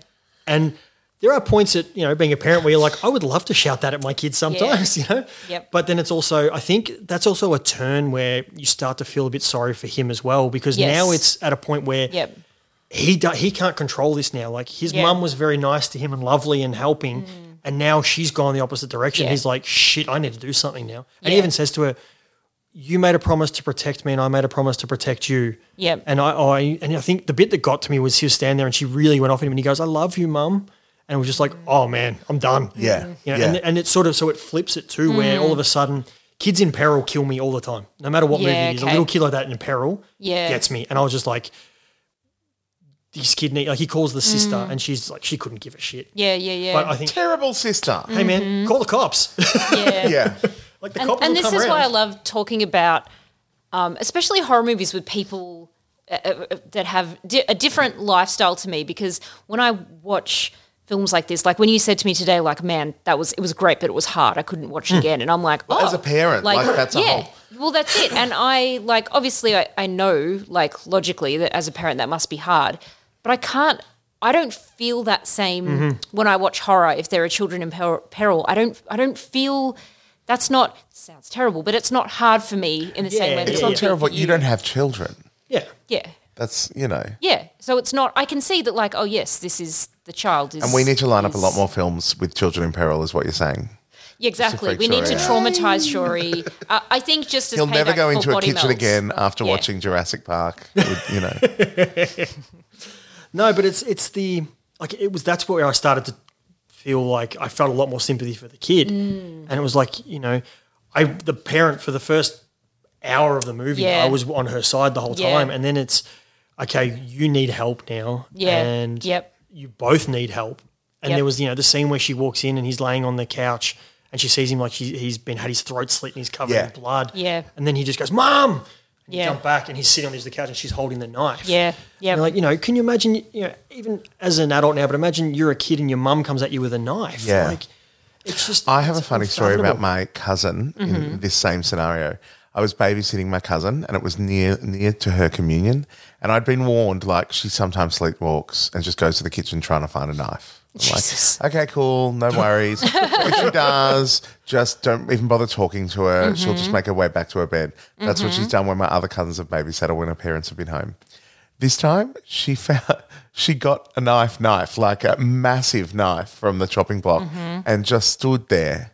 And there are points that you know, being a parent, where you're like, "I would love to shout that at my kids sometimes," *laughs* you know. Yep. But then it's also, I think that's also a turn where you start to feel a bit sorry for him as well, because Yes. now it's at a point where Yep. he do, he can't control this now. Like his Yeah. Mm. mum was very nice to him and lovely and helping, and now she's gone the opposite direction. Yeah. He's like, shit, I need to do something now. And he Yeah. even says to her, "You made a promise to protect me, and I made a promise to protect you." Yep. And I, I and I think the bit that got to me was he was standing there and she really went off at him, and he goes, "I love you, mum," and it was just like, "Oh man, I'm done." Yeah. You know, Yeah. And, and it sort of so it flips it too, where all of a sudden kids in peril kill me all the time, no matter what movie Mm. Yeah, it is. A okay. little kid like that in peril Yeah. gets me, and I was just like, this kid need like he calls the sister, and she's like, she couldn't give a shit. Yeah, yeah, Mm. yeah. But I think, Terrible sister. hey man, call the cops. *laughs* yeah. Yeah. like the And, cops. and will this come is why I around. love talking about, um, especially horror movies with people uh, uh, that have di- a different lifestyle to me. Because when I watch films like this, like when you said to me today, like, man, that was it was great, but it was hard. I couldn't watch it again. And I'm like, oh, Hmm. as a parent, like, that's a whole- Well, that's it. And I like obviously I, I know like logically that as a parent that must be hard, but I can't. I don't feel that same Mm-hmm. when I watch horror. If there are children in per- peril, I don't. I don't feel. That's not sounds terrible, but it's not hard for me in the same way. Yeah, that It's it yeah, not would be terrible. for You don't have children. yeah. Yeah, That's, you know. yeah. So it's not. I can see that. Like, oh yes, this is the child is. And we need to line up a is- lot more films with children in peril, is what you're saying. Yeah, exactly. freak We need to Shorey out. traumatize Shorey. Uh, I think just as He'll never payback go for into a body kitchen melts. again after Yeah. watching Jurassic Park. with- you know. No, but it's it's the like it was that's where I started to feel like I felt a lot more sympathy for the kid, Mm. and it was like you know, I the parent for the first hour of the movie, Yeah. I was on her side the whole Yeah. time, and then it's okay, you need help now, Yeah. and Yep. you both need help, and Yep. there was you know the scene where she walks in and he's laying on the couch. And she sees him like he, he's been had his throat slit and he's covered Yeah. in blood. Yeah. And then he just goes, "Mom!" And Yeah. you jump back and he's sitting on the edge of the couch and she's holding the knife. Yeah, yeah. And, Like you know, can you imagine? You know, even as an adult now, but imagine you're a kid and your mum comes at you with a knife. Yeah. Like, it's just. I have a it's funny story about unfathomable. my cousin in this same scenario. I was babysitting my cousin, and it was near near to her communion, and I'd been warned like she sometimes sleepwalks and just goes to the kitchen trying to find a knife. I'm Jesus. Like, okay, cool, no worries. if she does, just don't even bother talking to her. She'll just make her way back to her bed. That's what she's done when my other cousins have babysat or when her parents have been home. This time, she found *laughs* she got a knife, knife like a massive knife from the chopping block, and just stood there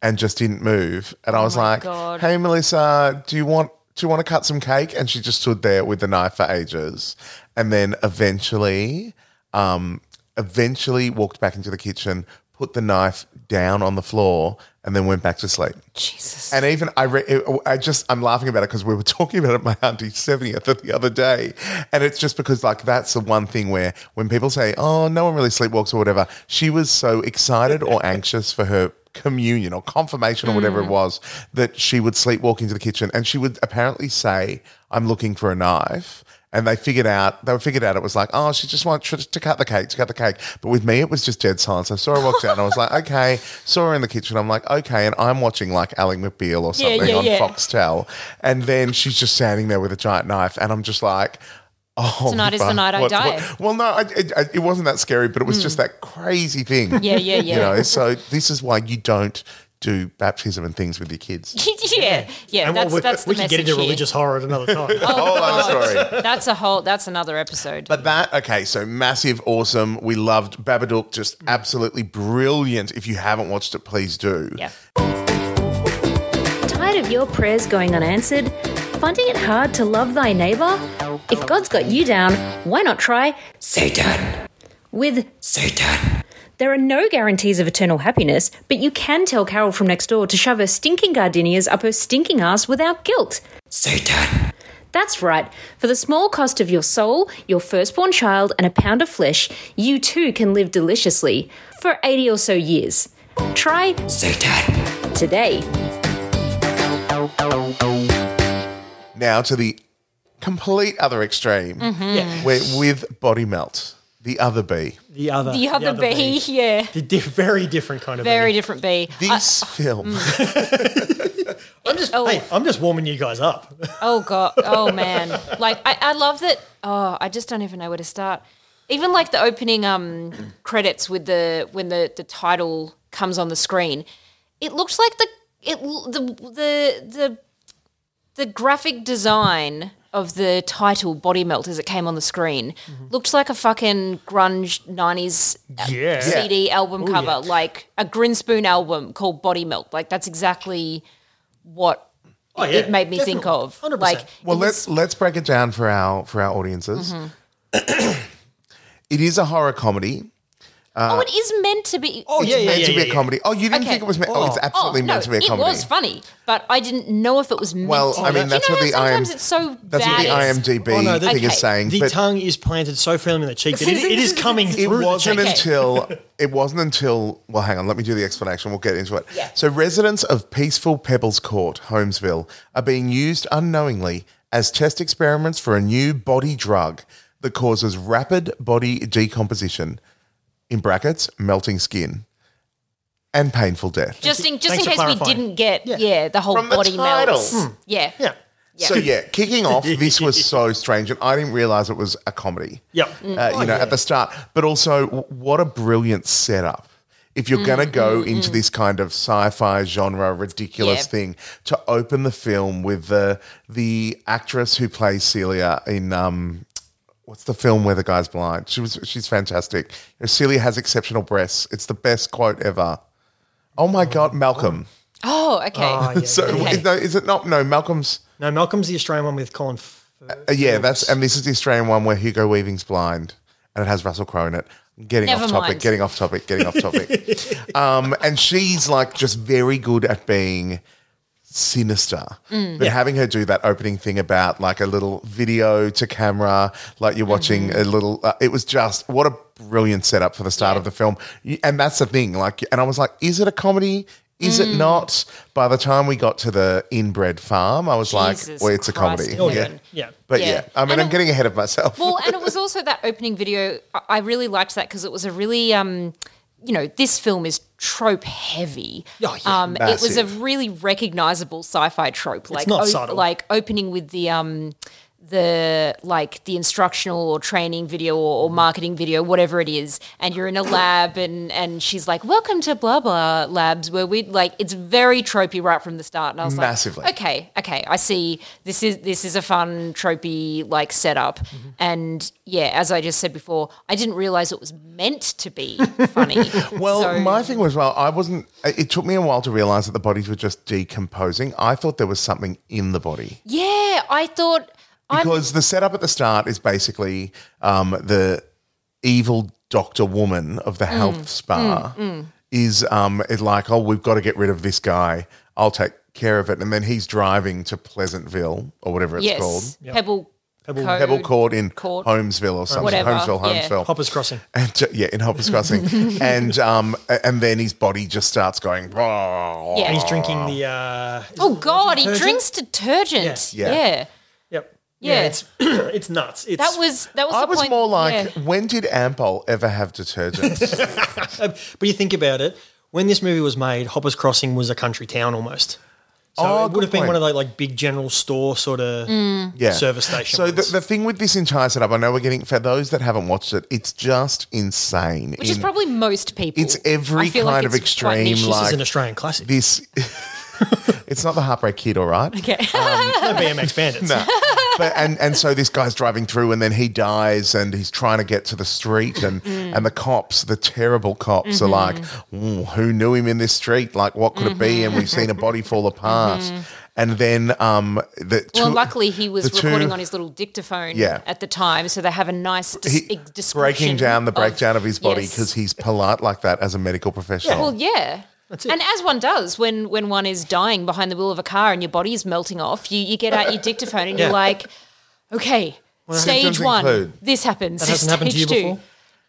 and just didn't move. And I was like, God. "Hey, Melissa, do you want do you want to cut some cake?" And she just stood there with the knife for ages, and then eventually, um, eventually walked back into the kitchen, put the knife down on the floor, and then went back to sleep. Jesus. And even I, re- I just I'm laughing about it because we were *laughs* talking about it at my auntie's seventieth the other day, and it's just because like that's the one thing where when people say, "Oh, no one really sleepwalks" or whatever, she was so excited or anxious for her communion or confirmation or whatever it was that she would sleepwalk into the kitchen, and she would apparently say, "I'm looking for a knife." And they figured out they figured out it was like, oh, she just wants to to cut the cake, to cut the cake. But with me, it was just dead silence. I saw her walk down, and I was like, okay. Saw her in the kitchen. I'm like, okay. And I'm watching like Alec McBeal or Yeah, something yeah, on yeah. Foxtel, and then she's just standing there with a giant knife, and I'm just like. Oh, Tonight is the fuck, night I what- die. Mm. what- Well, no, I, it, I- it wasn't that scary, but it was just that crazy thing. Yeah, yeah, yeah. You know, so this is why you don't do baptism and things with your kids. *laughs* yeah, yeah. And That's we, that's the we can get message into here. religious horror at another time. Oh, *laughs* Whole other story. That's a whole. That's another episode. But that, okay, so massive, awesome. We loved Babadook, just Mm. absolutely brilliant. If you haven't watched it, please do. yeah. Tired of your prayers going unanswered? Finding it hard to love thy neighbour? If God's got you down, why not try Satan? With Satan. There are no guarantees of eternal happiness, but you can tell Carol from next door to shove her stinking gardenias up her stinking ass without guilt. Satan. That's right. For the small cost of your soul, your firstborn child, and a pound of flesh, you too can live deliciously for 80 or so years. Try Satan today. Now to the complete other extreme. Yeah. We're with Body Melt, the other bee. The other, *laughs* The other, bee, yeah. The di- very different kind of Very bee. different bee. Uh, This film, mm. I'm just, oh. hey, I'm just warming you guys up. *laughs* Oh god. Oh man. Like I, I love that. Oh, I just don't even know where to start. Even like the opening um credits with the when the the title comes on the screen, it looks like the it l- the the the the graphic design of the title Body Melt as it came on the screen looked like a fucking grunge 90s Mm-hmm. Yeah. Oh, CD album cover, yeah. like a Grinspoon album called Body Melt. Like that's exactly what Oh, it- yeah, it made me think definitely. of. 100%. Like, *laughs* well, it let's was- let's break it down for our for our audiences. Mm-hmm. *clears throat* it is a horror comedy. oh, uh, it is meant to be. Oh, It's yeah, yeah, meant yeah, to be yeah, a yeah. comedy. Oh, you didn't Okay. think it was meant? Oh, it's Oh, absolutely Oh, meant to be a comedy. It was funny, but I didn't know if it was meant Well, to I be. mean, Do that's you know what how the IM, sometimes it's so that's bad. what the IMDb Oh, no, thing the- okay. is saying. The but tongue is planted so firmly in the cheek that it, it is coming it through. the wasn't cheek. Okay. until *laughs* it wasn't until well hang on let me do the explanation we'll get into it Yeah. so residents of peaceful pebbles court holmesville are being used unknowingly as test experiments for a new body drug that causes rapid body decomposition in brackets melting skin and painful death Just in, just in Thanks for case we clarifying. didn't get yeah, the whole From the body title. melts. Yeah. Yeah. so yeah kicking off this was so strange and i didn't realize it was a comedy Yep. uh, Oh, you know, yeah. at the start. But also, w- what a brilliant setup. If you're going to go into this kind of sci-fi genre, ridiculous Yeah. thing, to open the film with the the actress who plays Celia in um, what's the film where the guy's blind? She was she's fantastic. Celia has exceptional breasts. It's the best quote ever. Oh my god, Malcolm. Oh, okay. Oh, yeah, *laughs* So Okay. is, no, is it not? No, Malcolm's. No, Malcolm's the Australian one with Colin. F- Uh, yeah, that's and this is the Australian one where Hugo Weaving's blind and it has Russell Crowe in it. Getting Never off topic, mind. getting off topic, getting off *laughs* topic. um, and she's like just very good at being sinister. Mm. But having her do that opening thing about like a little video to camera, like you're watching Mm-hmm. a little, uh, it was just what a brilliant setup for the start of the film. You- And that's the thing. Like, and I was like, is it a comedy? Is Mm. it not? By the time we got to the inbred farm, I was like, Jesus well, it's a Christ comedy. in heaven. yeah. But yeah, Yeah. I mean, And I'm it- getting ahead of myself. *laughs* Well, and it was also that opening video. I- I really liked that because it was a really, um, you know, this film is trope heavy. Oh, yeah. um, it was a Massive. really recognizable sci-fi trope, like not subtle. like opening with the um, the like the instructional or training video or, Mm-hmm. or marketing video, whatever it is, and you're in a lab and and she's like, "Welcome to blah blah labs," where we like it's very tropey right from the start, and I was Massively. like, "Okay." okay, okay, I see. This is this is a fun tropey like setup, Mm-hmm. and yeah, as I just said before, I didn't realize it was meant to *laughs* be funny. Well, So- my thing was, well, I wasn't. It took me a while to realize that the bodies were just decomposing. I thought there was something in the body yeah, I thought I'm because the setup at the start is basically um, the evil doctor woman of the Mm. health spa is um, is like, oh, we've got to get rid of this guy. I'll take care of it, and then he's driving to Pleasantville or whatever it's yes, called. Pebble, Pebble, Code, Pebble Court in Court. Holmesville or something. Whatever, Holmesville, yeah. Holmesville. Hopper's Crossing. And ju- yeah, in Hoppers Crossing, *laughs* and um, a- and then his body just starts going. "Raw." Yeah. And he's drinking the. Uh, is Oh it God, he detergent? drinks detergent. Yeah. Yeah. Yep. Yeah. it's *clears throat* it's nuts. It's, that was that was. I the was point- more like, yeah. when did Ampol ever have detergent? *laughs* But you think about it, when this movie was made, Hoppers Crossing was a country town almost. So Oh, it good would have been point. one of those like big general store sort of Mm. yeah, service station. So the, ones. the thing with this entire setup, I know we're getting for those that haven't watched it, it's just insane. which is in- probably most people. It's every I feel like kind of it's quite extreme, niche. like- this is an Australian classic. this. *laughs* it's not the Heartbreak Kid, all right? Okay. um, no BMX *laughs* bandits. No. But, and and so this guy's driving through, and then he dies, and he's trying to get to the street, and Mm. and the cops, the terrible cops, Mm-hmm. are like, "Ooh, "Who knew him in this street? Like, what could it be?" And we've seen a Mm-hmm. body fall apart, and then um, the *laughs* two, Well, luckily he was the two- recording on his little dictaphone Yeah. at the time, so they have a nice dis- he- ex- description breaking down the breakdown of, his body Yes. because he's polite like that as a medical professional. Well, yeah. it. And as one does when when one is dying behind the wheel of a car and your body is melting off, you, you get out *laughs* your dictaphone and Yeah. you're like, okay, stage symptoms one, include- this happens. That hasn't happened to stage you before? Two.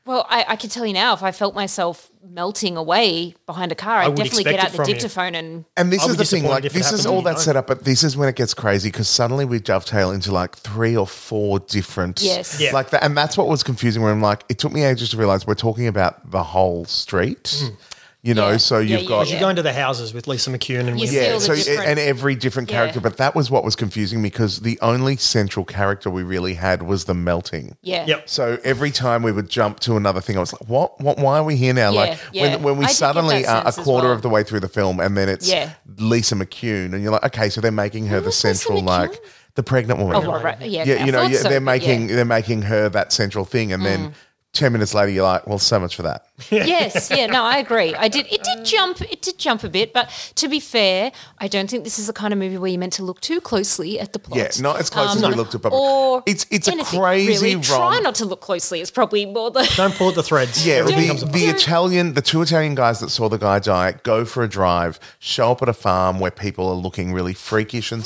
Well, I, I can tell you now if I felt myself melting away behind a car, I'd would definitely expect get out it the from you. dictaphone and And this I'll is be the thing, disappointed like if it this happens is when all you that's don't. set up, but this is when it gets crazy because suddenly we dovetail into like three or four different, Yes. Yeah. like that, and that's what was confusing. Where I'm like, it took me ages to realize we're talking about the whole street, Mm. you know. Yeah. So Yeah, you've yeah, got yeah. You go into the houses with Lisa McCune and You with see yeah, all the so different- and every different Yeah. character, but that was what was confusing me because the only central character we really had was the melting. yeah, Yep. So every time we would jump to another thing, I was like, "What? What? Why are we here now?" Yeah, like yeah. when when we I did get suddenly that are a sense as quarter well. of the way through the film, and then it's Yeah. Lisa McCune, and you're like, "Okay, so they're making her the was Lisa central, McCune? like the pregnant woman." Oh, right, right. Yeah, yeah, I you know, thought yeah, so, they're but yeah. Mm. making they're making her that central thing, and then ten minutes later, you're like, "Well, so much for *laughs* that." yes, yeah, no, I agree. I did. It did jump. It did jump a bit, but to be fair, I don't think this is the kind of movie where you're meant to look too closely at the plot. Um, Yeah, not as close as we looked at, but or it's it's a anything, crazy really. Try wrong not to look closely. It's probably more the Don't pull at the threads. Yeah, Everything the, comes apart. the Italian, the two Italian guys that saw the guy die go for a drive, show up at a farm where people are looking really freakish Oh, and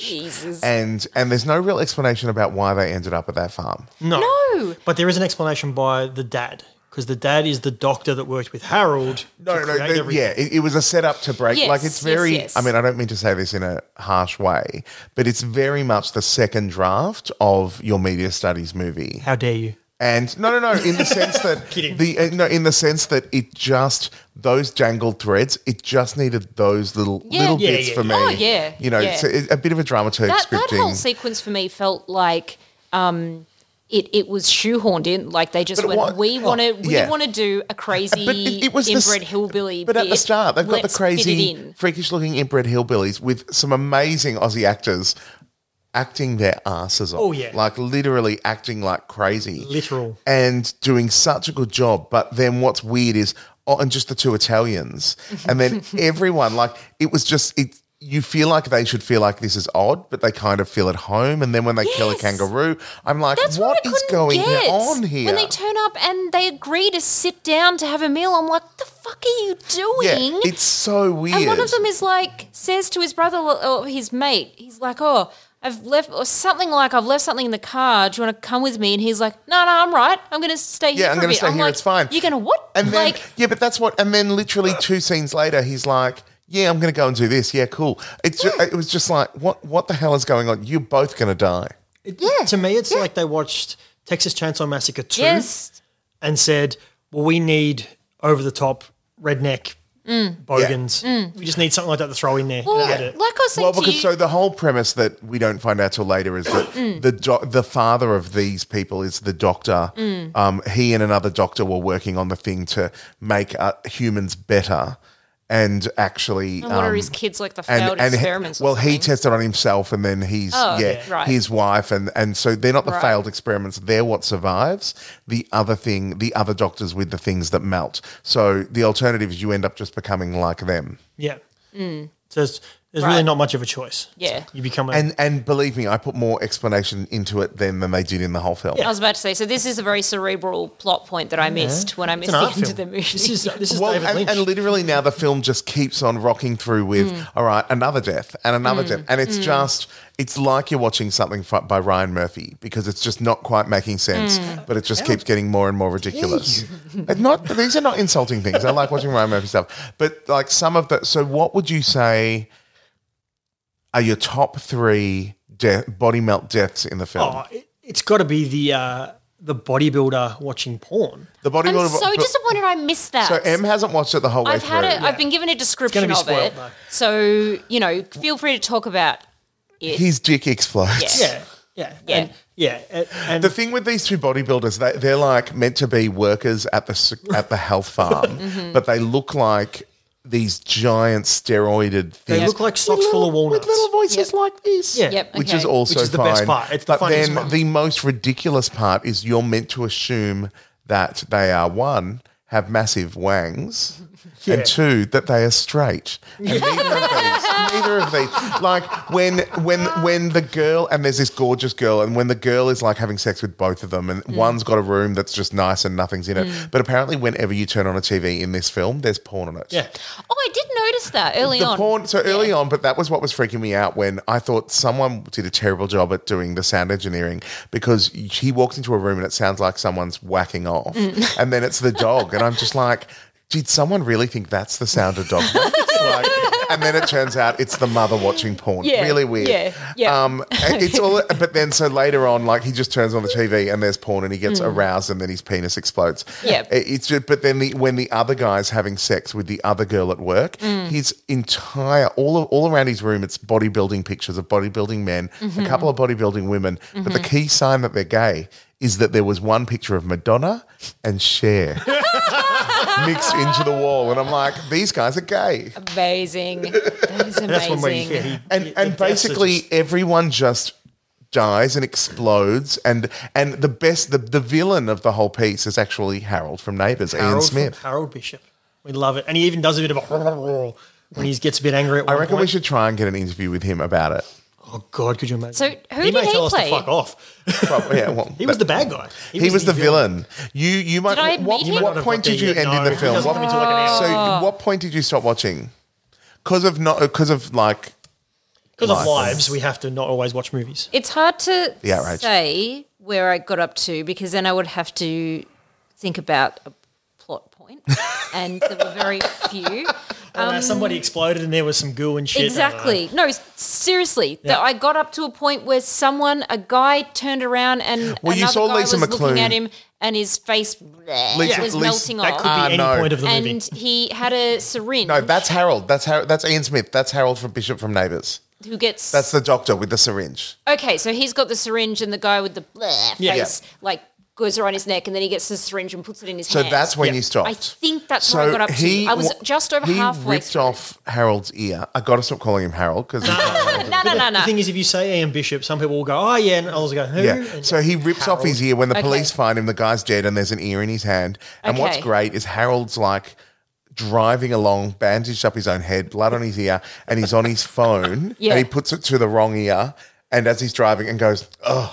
*laughs* Jesus. and and there's no real explanation about why they ended up at that farm. no. No. But there is an explanation by the dad because the dad is the doctor that worked with Harold. No, to no, create they- everything. yeah, it, it was a setup to break. Yes, like yes, it's very. yes. I mean, I don't mean to say this in a harsh way, but it's very much the second draft of your media studies movie. How dare you? And no, no, no. In the sense that *laughs* Kidding. the uh, no, in the sense that it just those jangled threads. It just needed those little Yeah. little Yeah, bits yeah, for me. yeah. Oh, yeah, you know, yeah. so it- a bit of a dramaturg that, that scripting. whole sequence for me felt like um, it it was shoehorned in. Like they just But it went, wa- we want to we yeah. want to do a crazy but it, it was the s- inbred hillbilly. But at the bit. start, they've got the Let's fit it crazy, in. freakish-looking inbred hillbillies with some amazing Aussie actors acting their asses off. Oh, yeah. like literally acting like crazy, Literal. and doing such a good job. But then what's weird is, oh, and just the two Italians, and *laughs* then everyone like it was just it. You feel like they should feel like this is odd, but they kind of feel at home. And then when they kill a Yes. kangaroo, I'm like, That's what I is couldn't going get. on here? When they turn up and they agree to sit down to have a meal, I'm like, the fuck are you doing? yeah, it's so weird. and one of them is like, says to his brother or his mate, he's like, oh, I've left, or something like, I've left something in the car. Do you want to come with me? And he's like, no, no, I'm right. I'm going to stay here. Yeah, I'm going gonna to stay here, Like, it's fine. You're going to what? And then, like, yeah, but that's what. And then, literally two scenes later, he's like, "Yeah, I'm going to go and do this. Yeah, cool." It's ju- it was just like, what What the hell is going on? You're both going to die. yeah. To me, it's like they watched Texas Chainsaw Massacre 2 yes, and said, well, we need over the top redneck bogans. We just need something like that to throw in there. and Mm. well, add like it. I was saying Well, to because you, Mm. so the whole premise that we don't find out till later is that the do- the father of these people is the doctor. Mm. Um, he and another doctor were working on the thing to make uh, humans better, and actually, and what are um, his kids like the and, failed and he- experiments? or well, he something? tested on himself, and then he's yeah, yeah. Right. his wife, and and so they're not the Right. failed experiments; they're what survives. The other thing, the other doctors with the things that melt. So the alternative is you end up just becoming like them. Yeah. So it's, there's really Mm. Right. not much of a choice. Yeah. You become a. And and believe me, I put more explanation into it then than they did in the whole film. I was about to say, so this is a very cerebral plot point that I missed when I it's missed an the art end film. of the movie. This is, this is Well, David and, Lynch. Mm. and literally now the film just keeps on rocking through with all right, another death and another death, and it's just it's like you're watching something fr- by Ryan Murphy because it's just not quite making sense, Mm. but it just keeps getting more and more ridiculous. It's not these are not insulting things. I like watching Ryan Murphy stuff, but like some of the. So, what would you say are your top three death, body melt deaths in the film? oh, it, it's got to be the uh, the bodybuilder watching porn. the body I'm melt- so but- disappointed I missed that. So M hasn't watched it the whole way I've through. had it. I've been given a description be of spoiled, it. though. So you know, feel free to talk about. His dick explodes. Yeah. Yeah. Yeah. And, yeah. And, and The thing with these two bodybuilders, they, they're like meant to be workers at the s- at the health *laughs* farm, Mm-hmm. but they look like these giant steroided things. they look like With socks full of little- walnuts. With little voices Yep. like this, Yeah. Yep, which okay. is also Which is the fine. best part. It's the but funniest then part. the most ridiculous part is you're meant to assume that they are one have massive wangs. *laughs* Yeah. And two, that they are straight. And neither of these, neither of these. Like when when when the girl and there's this gorgeous girl, and when the girl is like having sex with both of them, and Mm. one's got a room that's just nice and nothing's in it. Mm. But apparently, whenever you turn on a TV in this film, there's porn on it. yeah. Oh, I did notice that early The on. porn, so early on, but that was what was freaking me out when I thought someone did a terrible job at doing the sound engineering because Mm. *laughs* he walks into a room and it sounds like someone's whacking off, and then it's the dog, and I'm just like, did someone really think that's the *laughs* sound of dog barks? like, and then it turns out it's the mother watching porn. Yeah, really weird. yeah, yeah. Um, and it's all. But then, so later on, like he just turns on the TV and there's porn, and he gets aroused, and then his penis explodes. Yeah. It- It's just, but then the, when the other guy's having sex with the other girl at work, his entire all of, all around his room, it's bodybuilding pictures of bodybuilding men, a couple of bodybuilding women. But the key sign that they're gay is that there was one picture of Madonna and Cher mixed into the wall, and I'm like, these guys are gay. *laughs* Amazing. That is That's when we, amazing. yeah, he- And he- and that's the- basically everyone just dies and explodes and and the best the, the villain of the whole piece is actually Harold from Neighbours, Ian Harold from- Smith. Harold Bishop. We love it. And he even does a bit of a *laughs* when he gets a bit angry at I one reckon we point. should try and get an interview with him about it. *laughs* Oh God, could you imagine? So who he did may he tell play? us to fuck off. Probably, yeah, well, *laughs* He was the bad guy. he was, the villain. You you might Did I what, meet him? what point did you end in the film? What- so what point did you stop watching? Because of not because of like Because of life. lives, we have to not always watch movies. It's hard to The outrage. say where I got up to because then I would have to think about a plot point, and there were very few. Uh, somebody exploded and there was some goo and shit. Um, Uh, Exactly. No, s- seriously. That I got up to a point where someone, a guy, turned around and Well, another you saw guy Lisa was looking McClune. at him, and his face Lisa- was Lisa- melting That off. could be Ah, any no. point of the movie. and he had a syringe no, that's Harold. That's Har- that's Ian Smith. That's Harold from Bishop from Neighbours. who gets That's the doctor with the syringe. okay so he's got the syringe and the guy with the bleh Yeah. face like goes around his neck and then he gets the syringe and puts it in his So hand. that's when Yeah. you stopped. I think that's where I got up to. I was wa- just over he halfway ripped through. off Harold's ear. I got to stop calling him Harold because *laughs* no *laughs* no no The no thing is, if you say Ian Bishop, some people will go, "Oh yeah," and others go, *laughs* "Who?" yeah. And- So he rips off his ear when the Okay. police find him. The guy's dead, and there's an ear in his hand. And what's Okay. great is Harold's like driving along, bandaged up his own head, blood on his ear, and he's on his phone. Yeah. And he puts it to the wrong ear, and as he's driving, and goes, *laughs* oh.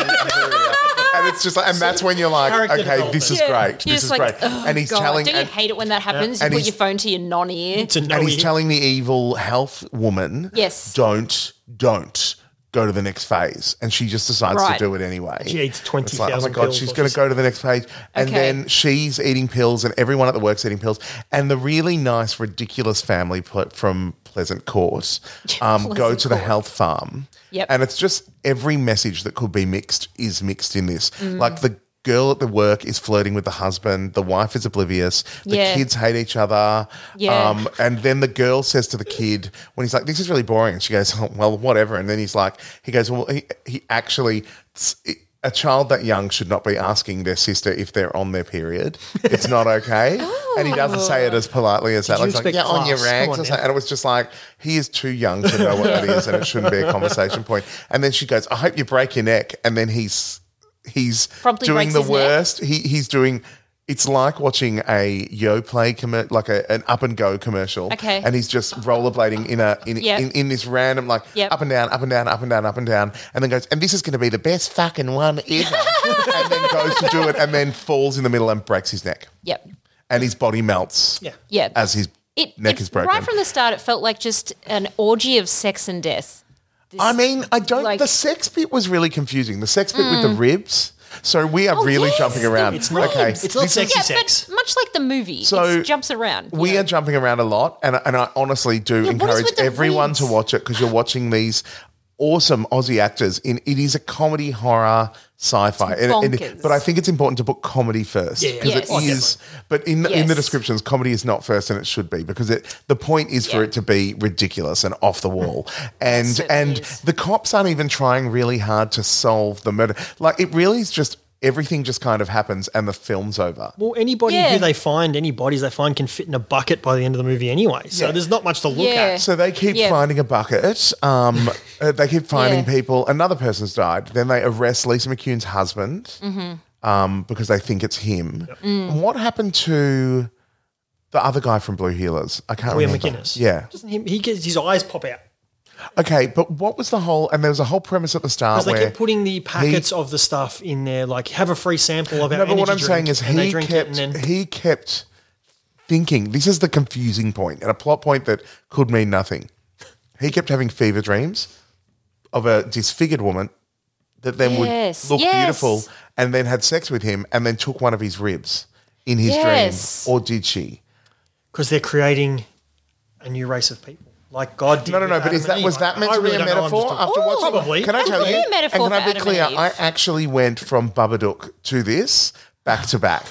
And it's just like, and that's when you're like, Character okay, this is Yeah. great. You're This just is like, great. "Oh, And he's God, telling, Don't you and- hate it when that happens? And you put he's- your phone to your non-ear. to know and he's he- telling the evil health woman, Yes. don't, don't go to the next phase. And she just decides Right. to do it anyway. She eats It's 20,000 Oh my god, pills she's while going to she's- go to the next page, and Okay. then she's eating pills, and everyone at the work's eating pills, and the really nice, ridiculous family pl- from *laughs* Pleasant Court um, go Pleasant to the Court. health farm. Yep. And it's just every message that could be mixed is mixed in this. Mm. Like the girl at the work is flirting with the husband, the wife is oblivious, the Yeah. kids hate each other. Yeah. Um, and then the girl says to the kid when he's like, "This is really boring," and she goes, oh, "Well, whatever." And then he's like, he goes, "Well, he, he actually." a child that young should not be asking their sister if they're on their period. It's *laughs* not okay. And he doesn't say it as politely as that. you Like, he's like, expect yeah, on your class? Come rags. on or something. now. and it was just like, he is too young to know what that is and it shouldn't be a conversation point. And then she goes, I hope you break your neck. And then he's he's Promptly breaks doing the his neck. worst. He, he's doing. It's like watching a Yo Play commer- like a, an up and go commercial. Okay. And he's just rollerblading in a in, Yep. in, in this random like Yep. up and down, up and down, up and down, up and down, and then goes, and this is going to be the best fucking one ever, *laughs* and then goes to do it, and then falls in the middle and breaks his neck, Yep. and his body melts. Yeah. Yeah. As his It, neck it- is broken. Right from the start, it felt like just an orgy of sex and death. I mean, I don't. like- Mm. the sex bit was really confusing. The sex bit with the ribs. So we are Oh, really yes, jumping the around. It's not. Okay. It's not This is- sexy Yeah, sex. but much like the movie, So it jumps around. you We know. are jumping around a lot, and and I honestly do Yeah, what is encourage with the everyone ribs? to watch it because you're watching these awesome Aussie actors. In it is a comedy horror sci-fi, It's And- and- bonkers. but I think it's important to put comedy first Yeah, yeah, because it yeah. Yes. is. But in the, in the Yes. descriptions, comedy is not first, and it should be because it the point is for Yeah. it to be ridiculous and off *laughs* the wall, and certainly and is. the cops aren't even trying really hard to solve the murder. Like it really is just. Everything just kind of happens and the film's over. Well, anybody Yeah. who they find, any bodies they find, can fit in a bucket by the end of the movie anyway. So Yeah. there's not much to look Yeah. at. So they keep Yeah. finding a bucket. *laughs* Um, uh, they keep finding Yeah. people. Another person's died. Then they arrest Lisa McCune's husband Mm-hmm. um, because they think it's him. Mm. And What happened to the other guy from Blue Healers? I can't William remember. McInnes. Yeah. Doesn't he, he gets his eyes pop out Okay, but what was the whole? And there was a whole premise at the start because where they kept putting the packets of the stuff in there. Like have a free sample of our No, but what I'm energy saying drink, is and they he drink kept it and then he kept thinking this is the confusing point and a plot point that could mean nothing. He kept having fever dreams of a disfigured woman that then Yes, would look yes. beautiful and then had sex with him and then took one of his ribs. in his Yes. dream, or did she? because they're creating a new race of people, like God did. No, no, with no. But Adam is that and was Eve. that meant I to be really a don't know, I'm just metaphor? talking- After watching, probably. can I That's tell probably *laughs* you? a And metaphor can I for be Adam clear? and Eve. I actually went from Babadook to this back to *laughs* back.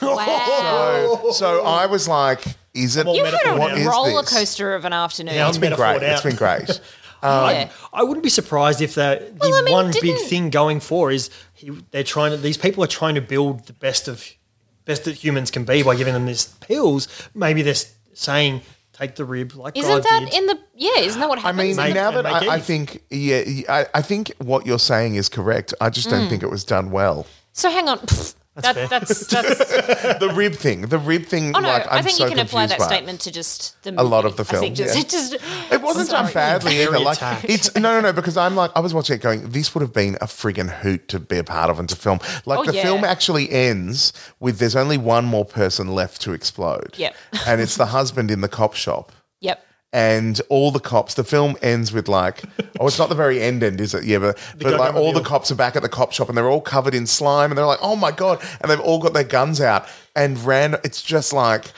Wow. So, *laughs* so I was like, is it? all You metaphor had a what now. is roller this? coaster of an afternoon. Yeah, It's been great. Metaphor It's out. been *laughs* great. Um, Yeah. I wouldn't be surprised if that the Well, I mean, one big didn't- thing going for is he, they're trying to these people are trying to build the best of best that humans can be by giving them these pills. Maybe they're s- saying take the rib like Isn't God that did. in the yeah? Isn't that what I happens? mean, Make- now and that make I, I Eve. think, yeah, I, I think what you're saying is correct. I just Mm. don't think it was done well. so hang on. That's fair. that, *laughs* that's, that's The rib thing, the rib thing. oh no. like, I'm I think so you can apply confused that by it. statement to just the A lot movie. of the I think film, *laughs* just, yeah. just- It wasn't done Sorry. badly either. Very Like attacked. it's no, no, no. Because I'm like, I was watching it going, this would have been a friggin' hoot to be a part of and to film. Like Oh, the yeah. film actually ends with there's only one more person left to explode. Yep. and it's the husband in the cop shop. Yep. And all the cops. The film ends with *laughs* like, oh, it's not the very end, end is it? Yeah, but but like all the Guggenmobile. cops are back at the cop shop and they're all covered in slime and they're like, oh my god, and they've all got their guns out and ran. It's just like.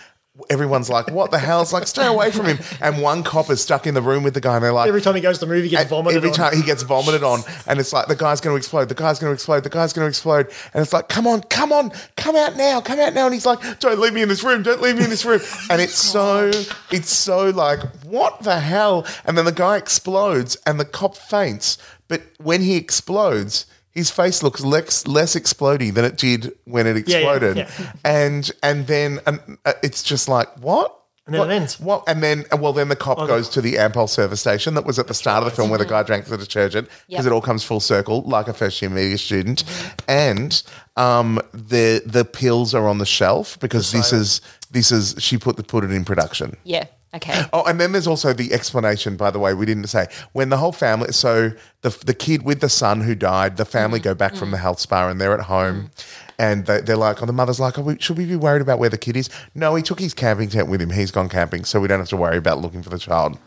Everyone's like, "What the hell?" It's like, "Stay away from him!" And one cop is stuck in the room with the guy, and they're like, every time he goes to the movie, he gets and vomited. Every on. time he gets vomited on, and it's like the guy's going to explode, the guy's going to explode, the guy's going to explode, and it's like, come on, come on, come out now, come out now, and he's like, don't leave me in this room, don't leave me in this *laughs* room, and it's so, it's so like, what the hell? And then the guy explodes, and the cop faints, but when he explodes. His face looks less less explodey than it did when it Yeah, yeah, exploded, yeah. and and then um, uh, it's just like what? And then What- it ends. Well, and then uh, well, then the cop goes to the Ampol service station that was at the start of the film where the guy drank the detergent Yep. because it all comes full circle, like a first year media student. And um, the the pills are on the shelf because this is this is she put the put it in production. Yeah. Okay. *gasps* Oh, and then there's also the explanation. By the way, we didn't say when the whole family. So the the kid with the son who died, the family go back from the health spa and they're at home, and they, they're like, oh, the mother's like, oh, we, should we be worried about where the kid is? No, he took his camping tent with him. He's gone camping, so we don't have to worry about looking for the child.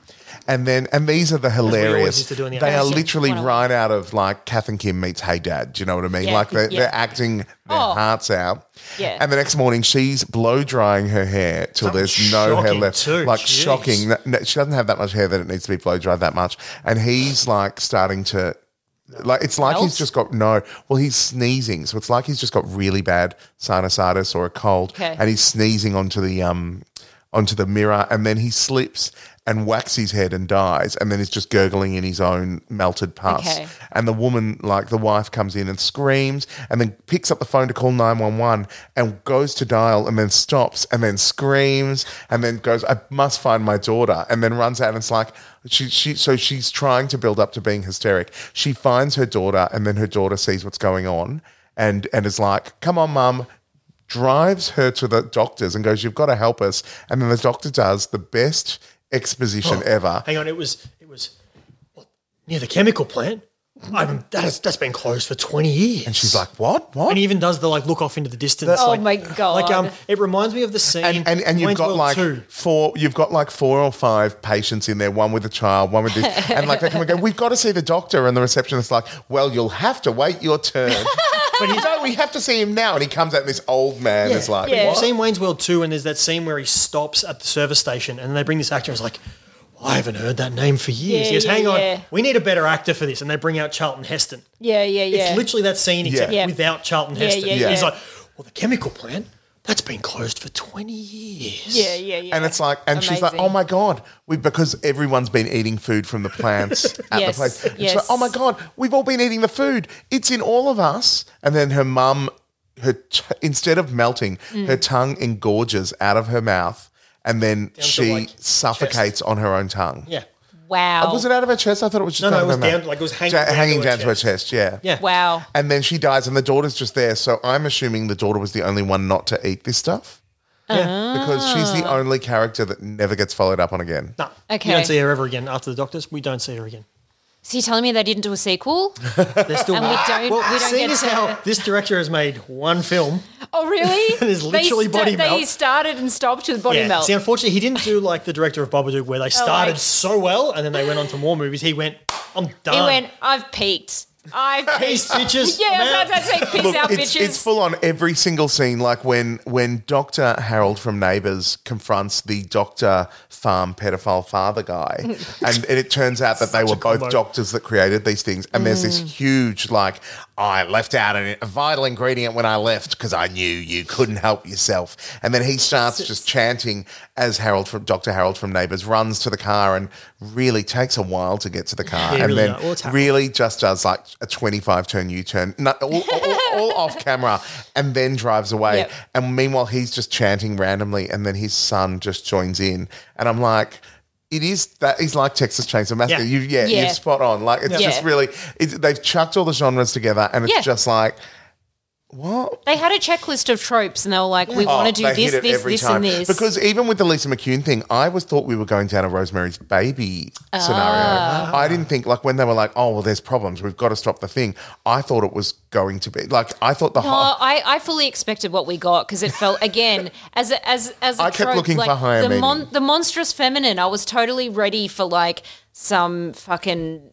And then, and these are the hilarious. used to do in the They are animation. literally Wow. right out of like Kath and Kim meets Hey Dad. Do you know what I mean? Yeah, Like they're, yeah. they're acting their Oh. hearts out. Yeah. And the next morning, she's blow drying her hair till there's no hair shocking left. too, Like jeez. shocking. No, no, she doesn't have that much hair that it needs to be blow dried that much. And he's like starting to, like it's like he's Melt? just got no. Well, he's sneezing, so it's like he's just got really bad sinusitis or a cold, Okay. and he's sneezing onto the um onto the mirror, and then he slips and whacks his head and dies, and then he's just gurgling in his own melted pus. Okay. And the woman, like the wife, comes in and screams, and then picks up the phone to call nine one one, and goes to dial, and then stops, and then screams, and then goes, "I must find my daughter," and then runs out, and it's like she she so she's trying to build up to being hysteric. She finds her daughter, and then her daughter sees what's going on, and and is like, "Come on, mum." Drives her to the doctors and goes, "You've got to help us." And then the doctor does the best exposition ever. Hang on, it was it was what, near the chemical plant. I mean, that is, that's been closed for twenty years. And she's like, "What? What?" and he even does the like look off into the distance. Oh like- my God. Like um, it reminds me of the scene. and and, and you've Wayne's got World like 2. four you've got like four or five patients in there one with a child one with this and like they come and go we've got to see the doctor and the receptionist's like well you'll have to wait *laughs* your turn but you know we have to see him now and he comes out and this old man is like Yeah. I've "What?" seen Wayne's World 2 and there's that scene where he stops at the service station and they bring this actor and it's like, "Well, I haven't heard that name for Yeah, years. he goes, yeah, hang yeah. on, we need a better actor for this. And they bring out Charlton Heston. Yeah. Yeah. Yeah. It's literally that scene except Yeah. without Charlton Yeah, Heston. yeah, Yeah. He's yeah. like, well, the chemical plant, that's been closed for 20 years. yeah. Yeah. Yeah. and it's like and she's like Amazing. oh my god we because everyone's been eating food from the *laughs* plants at Yes, the place And she's yes. like oh my god we've all been eating the food it's in all of us and then her mum her t- instead of melting Mm. her tongue engorges out of her mouth and then to, she like, suffocates on her own tongue Yeah. Wow. was it out of her chest? I thought it was just No, no, out it of was her mouth. down- like, it was hanging Ja- down to hanging her down to her chest. chest. Yeah, Yeah. Wow. And then she dies, and the daughter's just there. So I'm assuming the daughter was the only one not to eat this stuff Yeah. because she's the only character that never gets followed up on again. No. Okay. You don't see her ever again after the doctors. We don't see her again. So you're telling me they didn't do a sequel? They're still *laughs* *laughs* And we don't- *laughs* Well, we don't seeing get as to- *laughs* how this director has made one film. Oh, *laughs* really? There's literally they body They melt. started and stopped with body yeah. melt. Oh, See, unfortunately, he didn't do like the director of Babadook, where they started like- so well and then they went on to more movies. He went, I'm done. he went, I've peaked. I Peace, bitches. *laughs* Yeah, I was I'm out. about to say peace out, it's, bitches. it's full on every single scene. Like when when Doctor Harold from Neighbours confronts the Doctor Farm pedophile father guy, and, and it turns out that they were both combo. doctors that created these things. And there's this huge like, I left out an- a vital ingredient when I left because I knew you couldn't help yourself. And then he starts just chanting as Harold from Doctor Harold from Neighbours runs to the car and really takes a while to get to the car, Yeah, and really then does. Well, it's Harold. really just does like a 25 turn U turn, all, all, all- all off *laughs* camera, and then drives away. Yep. And meanwhile, he's just chanting randomly, and then his son just joins in. And I'm like, it is that he's like Texas Chainsaw Massacre. Yeah. You, yeah, Yeah. you're spot on. Like, it's Yeah. just really, it's they've chucked all the genres together, and it's Yeah. just like, what? they had a checklist of tropes, and they were like, "We want to Oh, do they this, hit it this, every this, time. and this." Because even with the Lisa McCune thing, I was thought we were going down a Rosemary's Baby Ah. scenario. I didn't think like when they were like, "Oh well, there's problems. We've got to stop the thing." I thought it was going to be like I thought the no, whole. Oh, I, I fully expected what we got because it felt again as a, as as a I kept trope, looking for like, higher the, meaning. the monstrous feminine. I was totally ready for like some fucking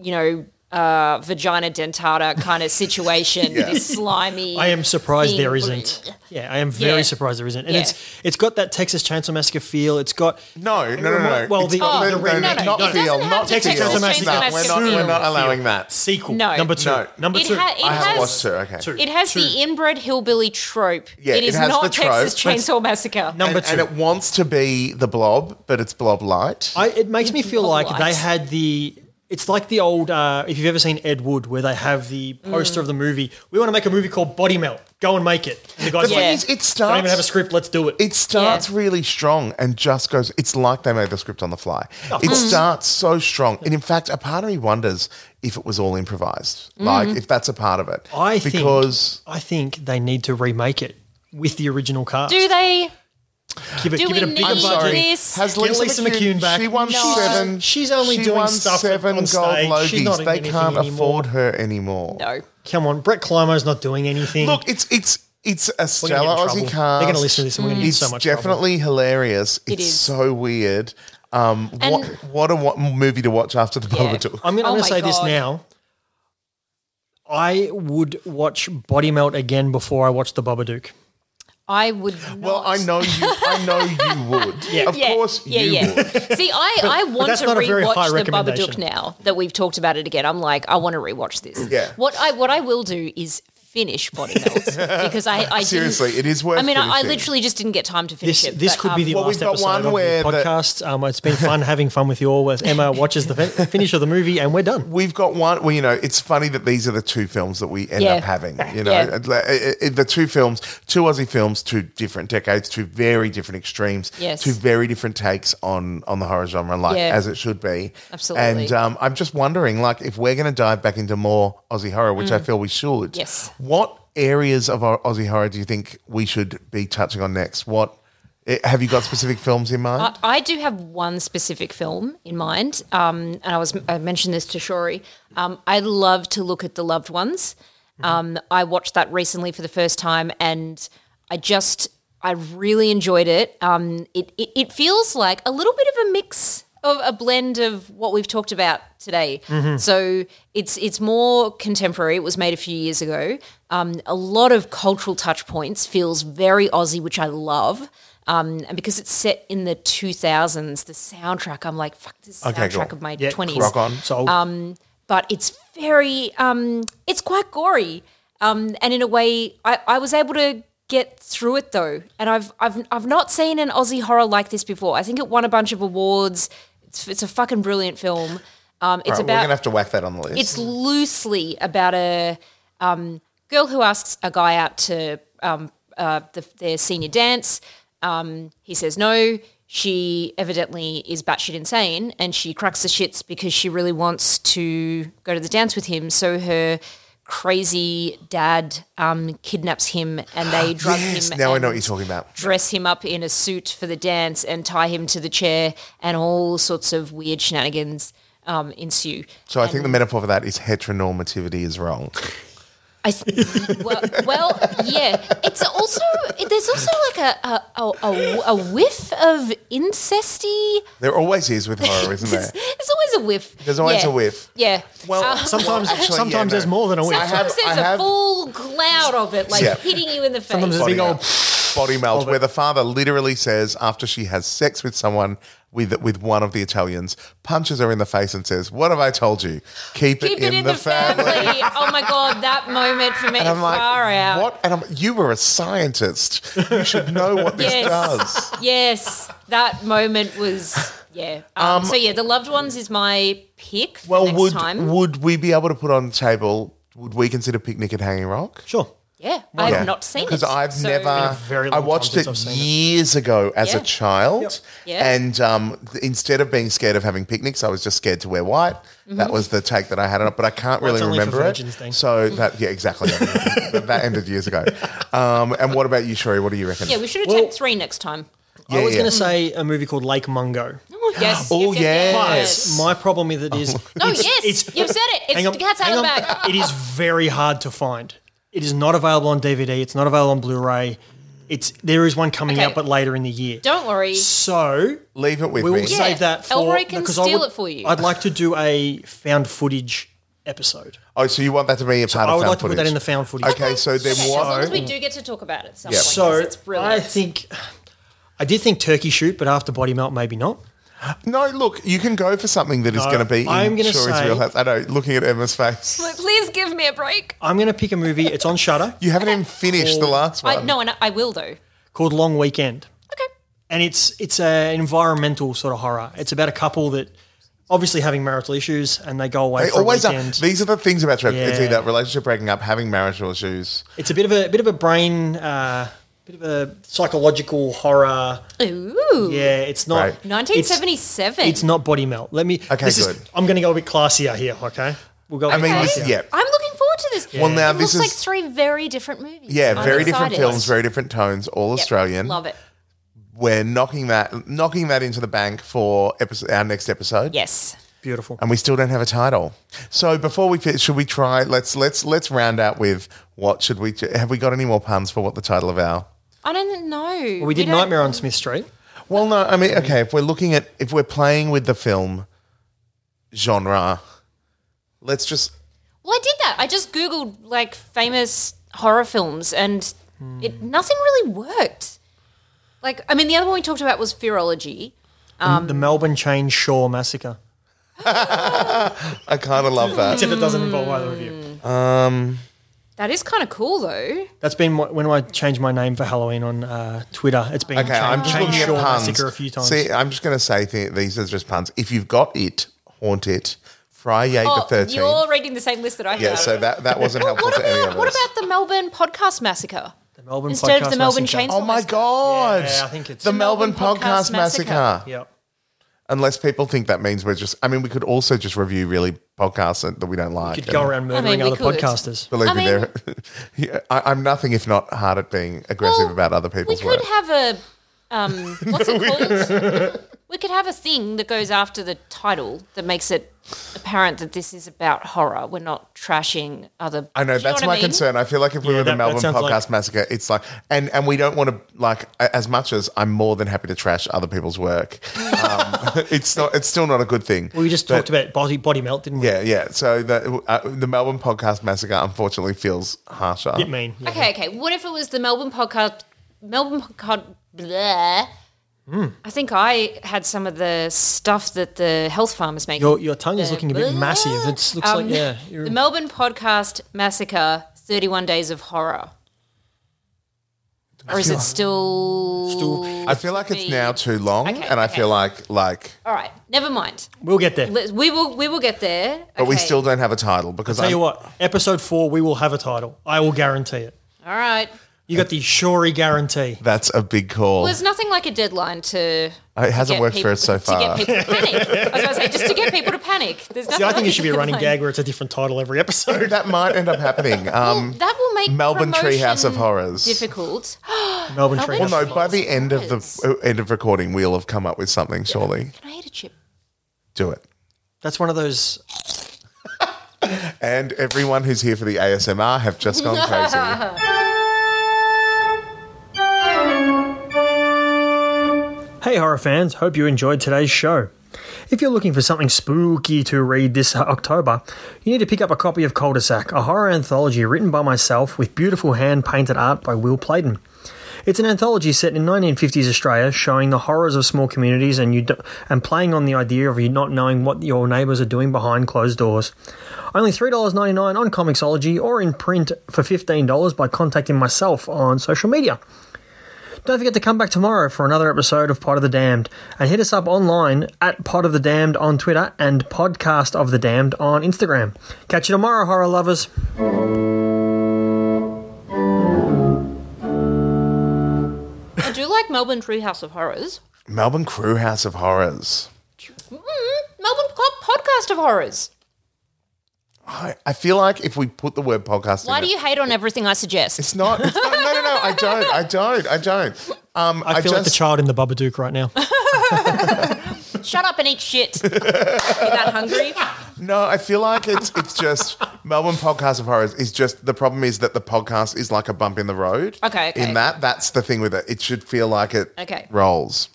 you know. Uh, vagina dentata kind of situation. *laughs* This slimy. I am surprised thing. there isn't. Yeah, I am very Yeah. surprised there isn't. And Yeah. it's it's got that Texas Chainsaw Massacre feel. It's got No, no, no, no. Well, It's the- not- Oh, no, the no, no, remake. not No, it doesn't feel, have not to be feel. Texas Chainsaw No, Massacre we're not, feel. we're not allowing that. sequel. No. number two. No. Number It two. ha- it I has- haven't watched it. Okay, Two. It has the inbred hillbilly trope. Yeah, it it is has not the trope. Texas Chainsaw Massacre. Number and, two. and it wants to be the Blob, but it's Blob Light. I, it makes me feel like Lights. they had the. It's like the old. Uh, if you've ever seen Ed Wood, where they have the Mm. poster of the movie. We want to make a movie called Body Melt. Go and make it. And the the guy's thing Yeah. like, is, it starts. don't even have a script. Let's do it. It starts really strong and just goes. It's like they made the script on the fly. it starts so strong, and in fact, a part of me wonders if it was all improvised, Mm-hmm. like if that's a part of it. I think because I think they need to remake it with the original cast. Do they? give it, do give it a we bigger need- budget. sorry, this- has Get Lisa, Lisa McCune, McCune back. She won No. seven. She's only she doing won stuff seven on gold stage. She's not Logies. in They anything can't anymore. afford her anymore. No. Come on, Brett Climo's not doing anything. Look, it's it's it's a We're gonna stellar get in Aussie trouble. cast. They're going to listen to this and we're going to get in It's so much trouble. definitely hilarious. It's is. so weird. Um, what what a wa- movie to watch after the Yeah. Babadook. I'm going Oh to my say this God. now. I would watch Body Melt again before I watch The Babadook. I would. Not. Well, I know you. I know *laughs* you would. Of Yeah. course, yeah, you yeah. would. *laughs* See, I, I want that's to not a very high rewatch the recommendation. Babadook now that we've talked about it again. I'm like, I want to rewatch this. Yeah. What I what I will do is finish Body *laughs* Melts because I, I Seriously, didn't, it is worth I mean, I, I finishing. literally just didn't get time to finish This it. this but, could be um, the Well, we've last got episode one of the where the- podcast. Um, it's been fun having fun with you all. *laughs* As Emma watches the fin- finish of the movie, and we're done. We've got one. Well, you know, it's funny that these are the two films that we end Yeah. *laughs* up having. You know, Yeah. It- it- it- the two films, two Aussie films, two different decades, two very different extremes, Yes. two very different takes on on the horror genre, like Yeah. as it should be. Absolutely. And um, I'm just wondering, like, if we're going to dive back into more Aussie horror, which I feel we should. Mm. Yes. What areas of our Aussie horror do you think we should be touching on next? What eh, have you got specific films in mind? I, I do have one specific film in mind, um, and I was I mentioned this to Shori. Um, I love to look at the loved ones. Um, I watched that recently for the first time, and I just I really enjoyed it. Um, it, it it feels like a little bit of a mix of a blend of what we've talked about today. So it's it's more contemporary. It was made a few years ago. Um, a lot of cultural touch points feels very Aussie, which I love. Um, and because it's set in the 2000s, the soundtrack, I'm like, fuck, this is the Okay, cool. soundtrack of my Yeah, 20s Rock on. So Um, but it's very um, it's quite gory um, and in a way I, I was able to get through it though and I've, I've I've not seen an Aussie horror like this before I think it won a bunch of awards it's, it's a fucking brilliant film um, it's All right, we're about going to have to whack that on the list. it's loosely about a um, girl who asks a guy out to um, uh, the, their senior dance. Um, he says no. She evidently is batshit insane, and she cracks the shits because she really wants to go to the dance with him. So her crazy dad um, kidnaps him, and *gasps* they drug Yes, *laughs* him. now I know and- what you're talking about. dress him up in a suit for the dance and tie him to the chair, and all sorts of weird shenanigans um, ensue. So I think the metaphor for that is heteronormativity is wrong. I th- *laughs* well, well, yeah. It's also it, there's also like a a, a, a a whiff of incesty. There always is with horror, *laughs* Oh, isn't There's, there? there's always a whiff. There's always Yeah. a whiff. Yeah. Well, Uh, Sometimes, Well, actually, sometimes yeah, no. there's more than a whiff. I have- sometimes there's I a have- full cloud of it, like Yeah. hitting you in the face. Sometimes it's a big Body old. melt. body melt, where the father literally says after she has sex with someone with with one of the Italians, punches her in the face and says, "What have I told you? Keep, Keep it in, the, family. oh my god, that moment for me, And I'm like, far out. what? And I'm, you were a scientist. You should know what this Yes. does. Yes, that moment was yeah. Um, so yeah, the loved ones is my pick. For Well, next would time. would we be able to put on the table? Would we consider picnic at Hanging Rock? Sure. yeah, I've Yeah. not seen it because I've so- never. very I long time watched since it I've seen it. years ago as Yeah. a child, Yep. Yeah. and um, th- instead of being scared of having picnics, I was just scared to wear white. That was the take that I had on it, but I can't Well, it's really Mm-hmm. only for remember it. virgins, Dean. So that yeah, exactly. that that ended *laughs* years ago. Um, and what about you, Sherry? What do you reckon? Yeah, we should have Well- done three next time. I was yeah. going to say a movie called Lake Mungo. Oh yes. Oh, yes, yes, yes. yes. My problem with it *laughs* Oh. is. No, Oh, yes, you've said it. It's hang on, the cat's out hang of the on. bag. *laughs* It is very hard to find. It is not available on DVD. It's not available on Blu-ray. It's there is one coming Okay. out, but later in the year. Don't worry. So Leave it with we will me. Yeah. save that for Elroy can because I steal would- it for you. I'd like to do a found footage episode. Oh, so you want that to be a part of I would found like to put footage? that in the found footage. Okay, so then Okay, as long what? as we do get to talk about it, at some Yeah. point, So 'cause it's brilliant. I think I did think turkey shoot, but after body melt, maybe not. No, look, you can go for something that is No, going to be in I'm gonna Sherry's say- wheelhouse. I know, looking at Emma's face. But please give me a break. I'm going to pick a movie. It's on Shutter You haven't even finished the last one. I, no, and I, I will though. called Long Weekend. Okay. and it's it's an environmental sort of horror. It's about a couple that obviously having marital issues and they go away They for always a are. weekend. These are the things about trap. It's Yeah. either relationship breaking up, having marital issues. it's a bit of a bit of a brain, uh, bit of a psychological horror. Ooh. Yeah, it's not. Right. It's, 1977. it's not body melt. Let me. Okay, this good. Is, I'm going to go a bit classier here. Okay, we'll go. I mean, this, classier. yeah, I'm looking forward to this. Well, now it this looks like is- three very different movies. yeah, I'm very different excited. films, very different tones, all Yep. Australian. Love it. We're knocking that, knocking that into the bank for episode, our next episode. Yes. beautiful. and we still don't have a title. So before we fit, should we try? Let's let's let's round out with what should we? Have we got any more puns for what the title of our? I don't know. Well, we did don't- Nightmare on Smith Street. Well, no, I mean, okay, if we're looking at if we're playing with the film genre, let's just Well, I did that. I just googled like famous horror films, and it Hmm. nothing really worked. Like, I mean, the other one we talked about was Fearology. Um, the Melbourne Chain Shaw Massacre. I kind of love that. Except it doesn't involve either of you. That is kind of cool, though. That's been wh- when I changed my name for Halloween on uh, Twitter. It's been Okay, I'm just Chain looking at Shaw puns. Massacre a few times. See, I'm just going to say th- these are just puns. If you've got it, haunt it. Friday Oh, the 13th. you're reading the same list that I yeah, have. so that, that wasn't helpful what to any of about us. what about the Melbourne podcast massacre? The Melbourne Instead of Podcast the Melbourne Massacre. Chainsaw Oh my Massacre. God. Yeah, I think it's- the The Melbourne, Melbourne Podcast, Podcast Massacre. Massacre. Yep. Unless people think that means we're just, I mean, we could also just review really podcasts that that we don't like. Could and go around murdering we other could. podcasters. Believe I me, mean- there. *laughs* yeah, I, I'm nothing if not hard at being aggressive Well, about other We people's could work. have a um, *laughs* what's it called? we could have a thing that goes after the title that makes it apparent that this is about horror. We're not trashing other. I know Do you that's what my I mean? concern. I feel like if we were the that- that Melbourne sounds podcast like- massacre, it's like, and and we don't want to like a- as much as I'm more than happy to trash other *laughs* people's work. Um, *laughs* it's not. It's still not a good thing. We just talked about body body melt, didn't we? Yeah, yeah. So the uh, the Melbourne podcast massacre unfortunately feels harsher. Bit mean. Yeah. Mm-hmm. Okay, okay. What if it was the Melbourne podcast? Melbourne podcast. Bleh. Hmm. I think I had some of the stuff that the health farm is making. Your, your tongue is looking a bit Bleh. massive. It looks Um, like yeah. you're- The Melbourne podcast massacre. Thirty-one days of horror. Or is it still? I feel like it's now too long, Okay, and I okay. feel like like, All right, never mind. we'll get there. Let- We will. We will get there. but we still don't have a title because Tell you I'm- what, episode four, we will have a title. I will guarantee it. All right. You got the Shory guarantee. that's a big call. Well, there's nothing like a deadline to. it hasn't get worked for people- us so far. To get people to panic. I was going to say just to get people to panic. There's nothing. See, I like think it should be a *laughs* running deadline. gag where it's a different title every episode. *laughs* that might end up happening. Um, That will make Melbourne Treehouse of promotion Horrors. difficult. *gasps* Melbourne Melbourne Tree. Well, no. Treehouse By of the end of Horrors. the uh, end of recording, we'll have come up with something. Surely, Can I eat a chip? do it. That's one of those. And everyone who's here for the ASMR have just *laughs* gone crazy. Hey, horror fans, hope you enjoyed today's show. If you're looking for something spooky to read this October, you need to pick up a copy of Cul de Sac, a horror anthology written by myself with beautiful hand painted art by Will Playton. It's an anthology set in 1950s Australia showing the horrors of small communities and, you do- and playing on the idea of you not knowing what your neighbours are doing behind closed doors. Only $3.99 on Comixology or in print for $15 by contacting myself on social media. Don't forget to come back tomorrow for another episode of Pod of the Damned and hit us up online at Pod of the Damned on Twitter and Podcast of the Damned on Instagram. Catch you tomorrow, horror lovers. I do like Melbourne Treehouse of Horrors. Melbourne Crew House of Horrors. Mm, Melbourne Co- Podcast of Horrors. I, I feel like if we put the word podcast Why in do it- you hate on everything I suggest? *laughs* It's not. It's not no, no, no. I don't. I don't. I don't. Um, I, I feel just, like the child in the Babadook right now. Shut up and eat *laughs* shit. You're that hungry? No, I feel like it's it's *laughs* just Melbourne Podcast of Horrors is just the problem is that the podcast is like a bump in the road. Okay, okay. In that, that's the thing with it. It should feel like it Okay. rolls.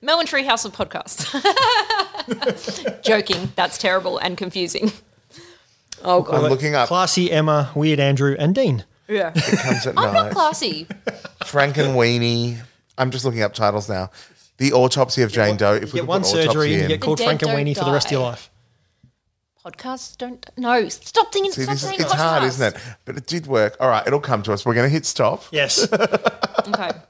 Melbourne Treehouse of Podcast. *laughs* Joking. That's terrible and confusing. Oh, God. I'm looking up Classy Emma, Weird Andrew, and Dean. Yeah. comes at I'm not night. classy. Frank and Weenie. I'm just looking up titles now. The autopsy of Jane Doe. If we You get could one put autopsy surgery and you in. get called The dead Frank and don't Weenie for the rest of your die. life. Podcasts don't. No, stop thinking. See, stop this is, saying it's hard, podcasts. *laughs* isn't it? But it did work. All right, it'll come to us. We're going to hit stop. Yes. Okay.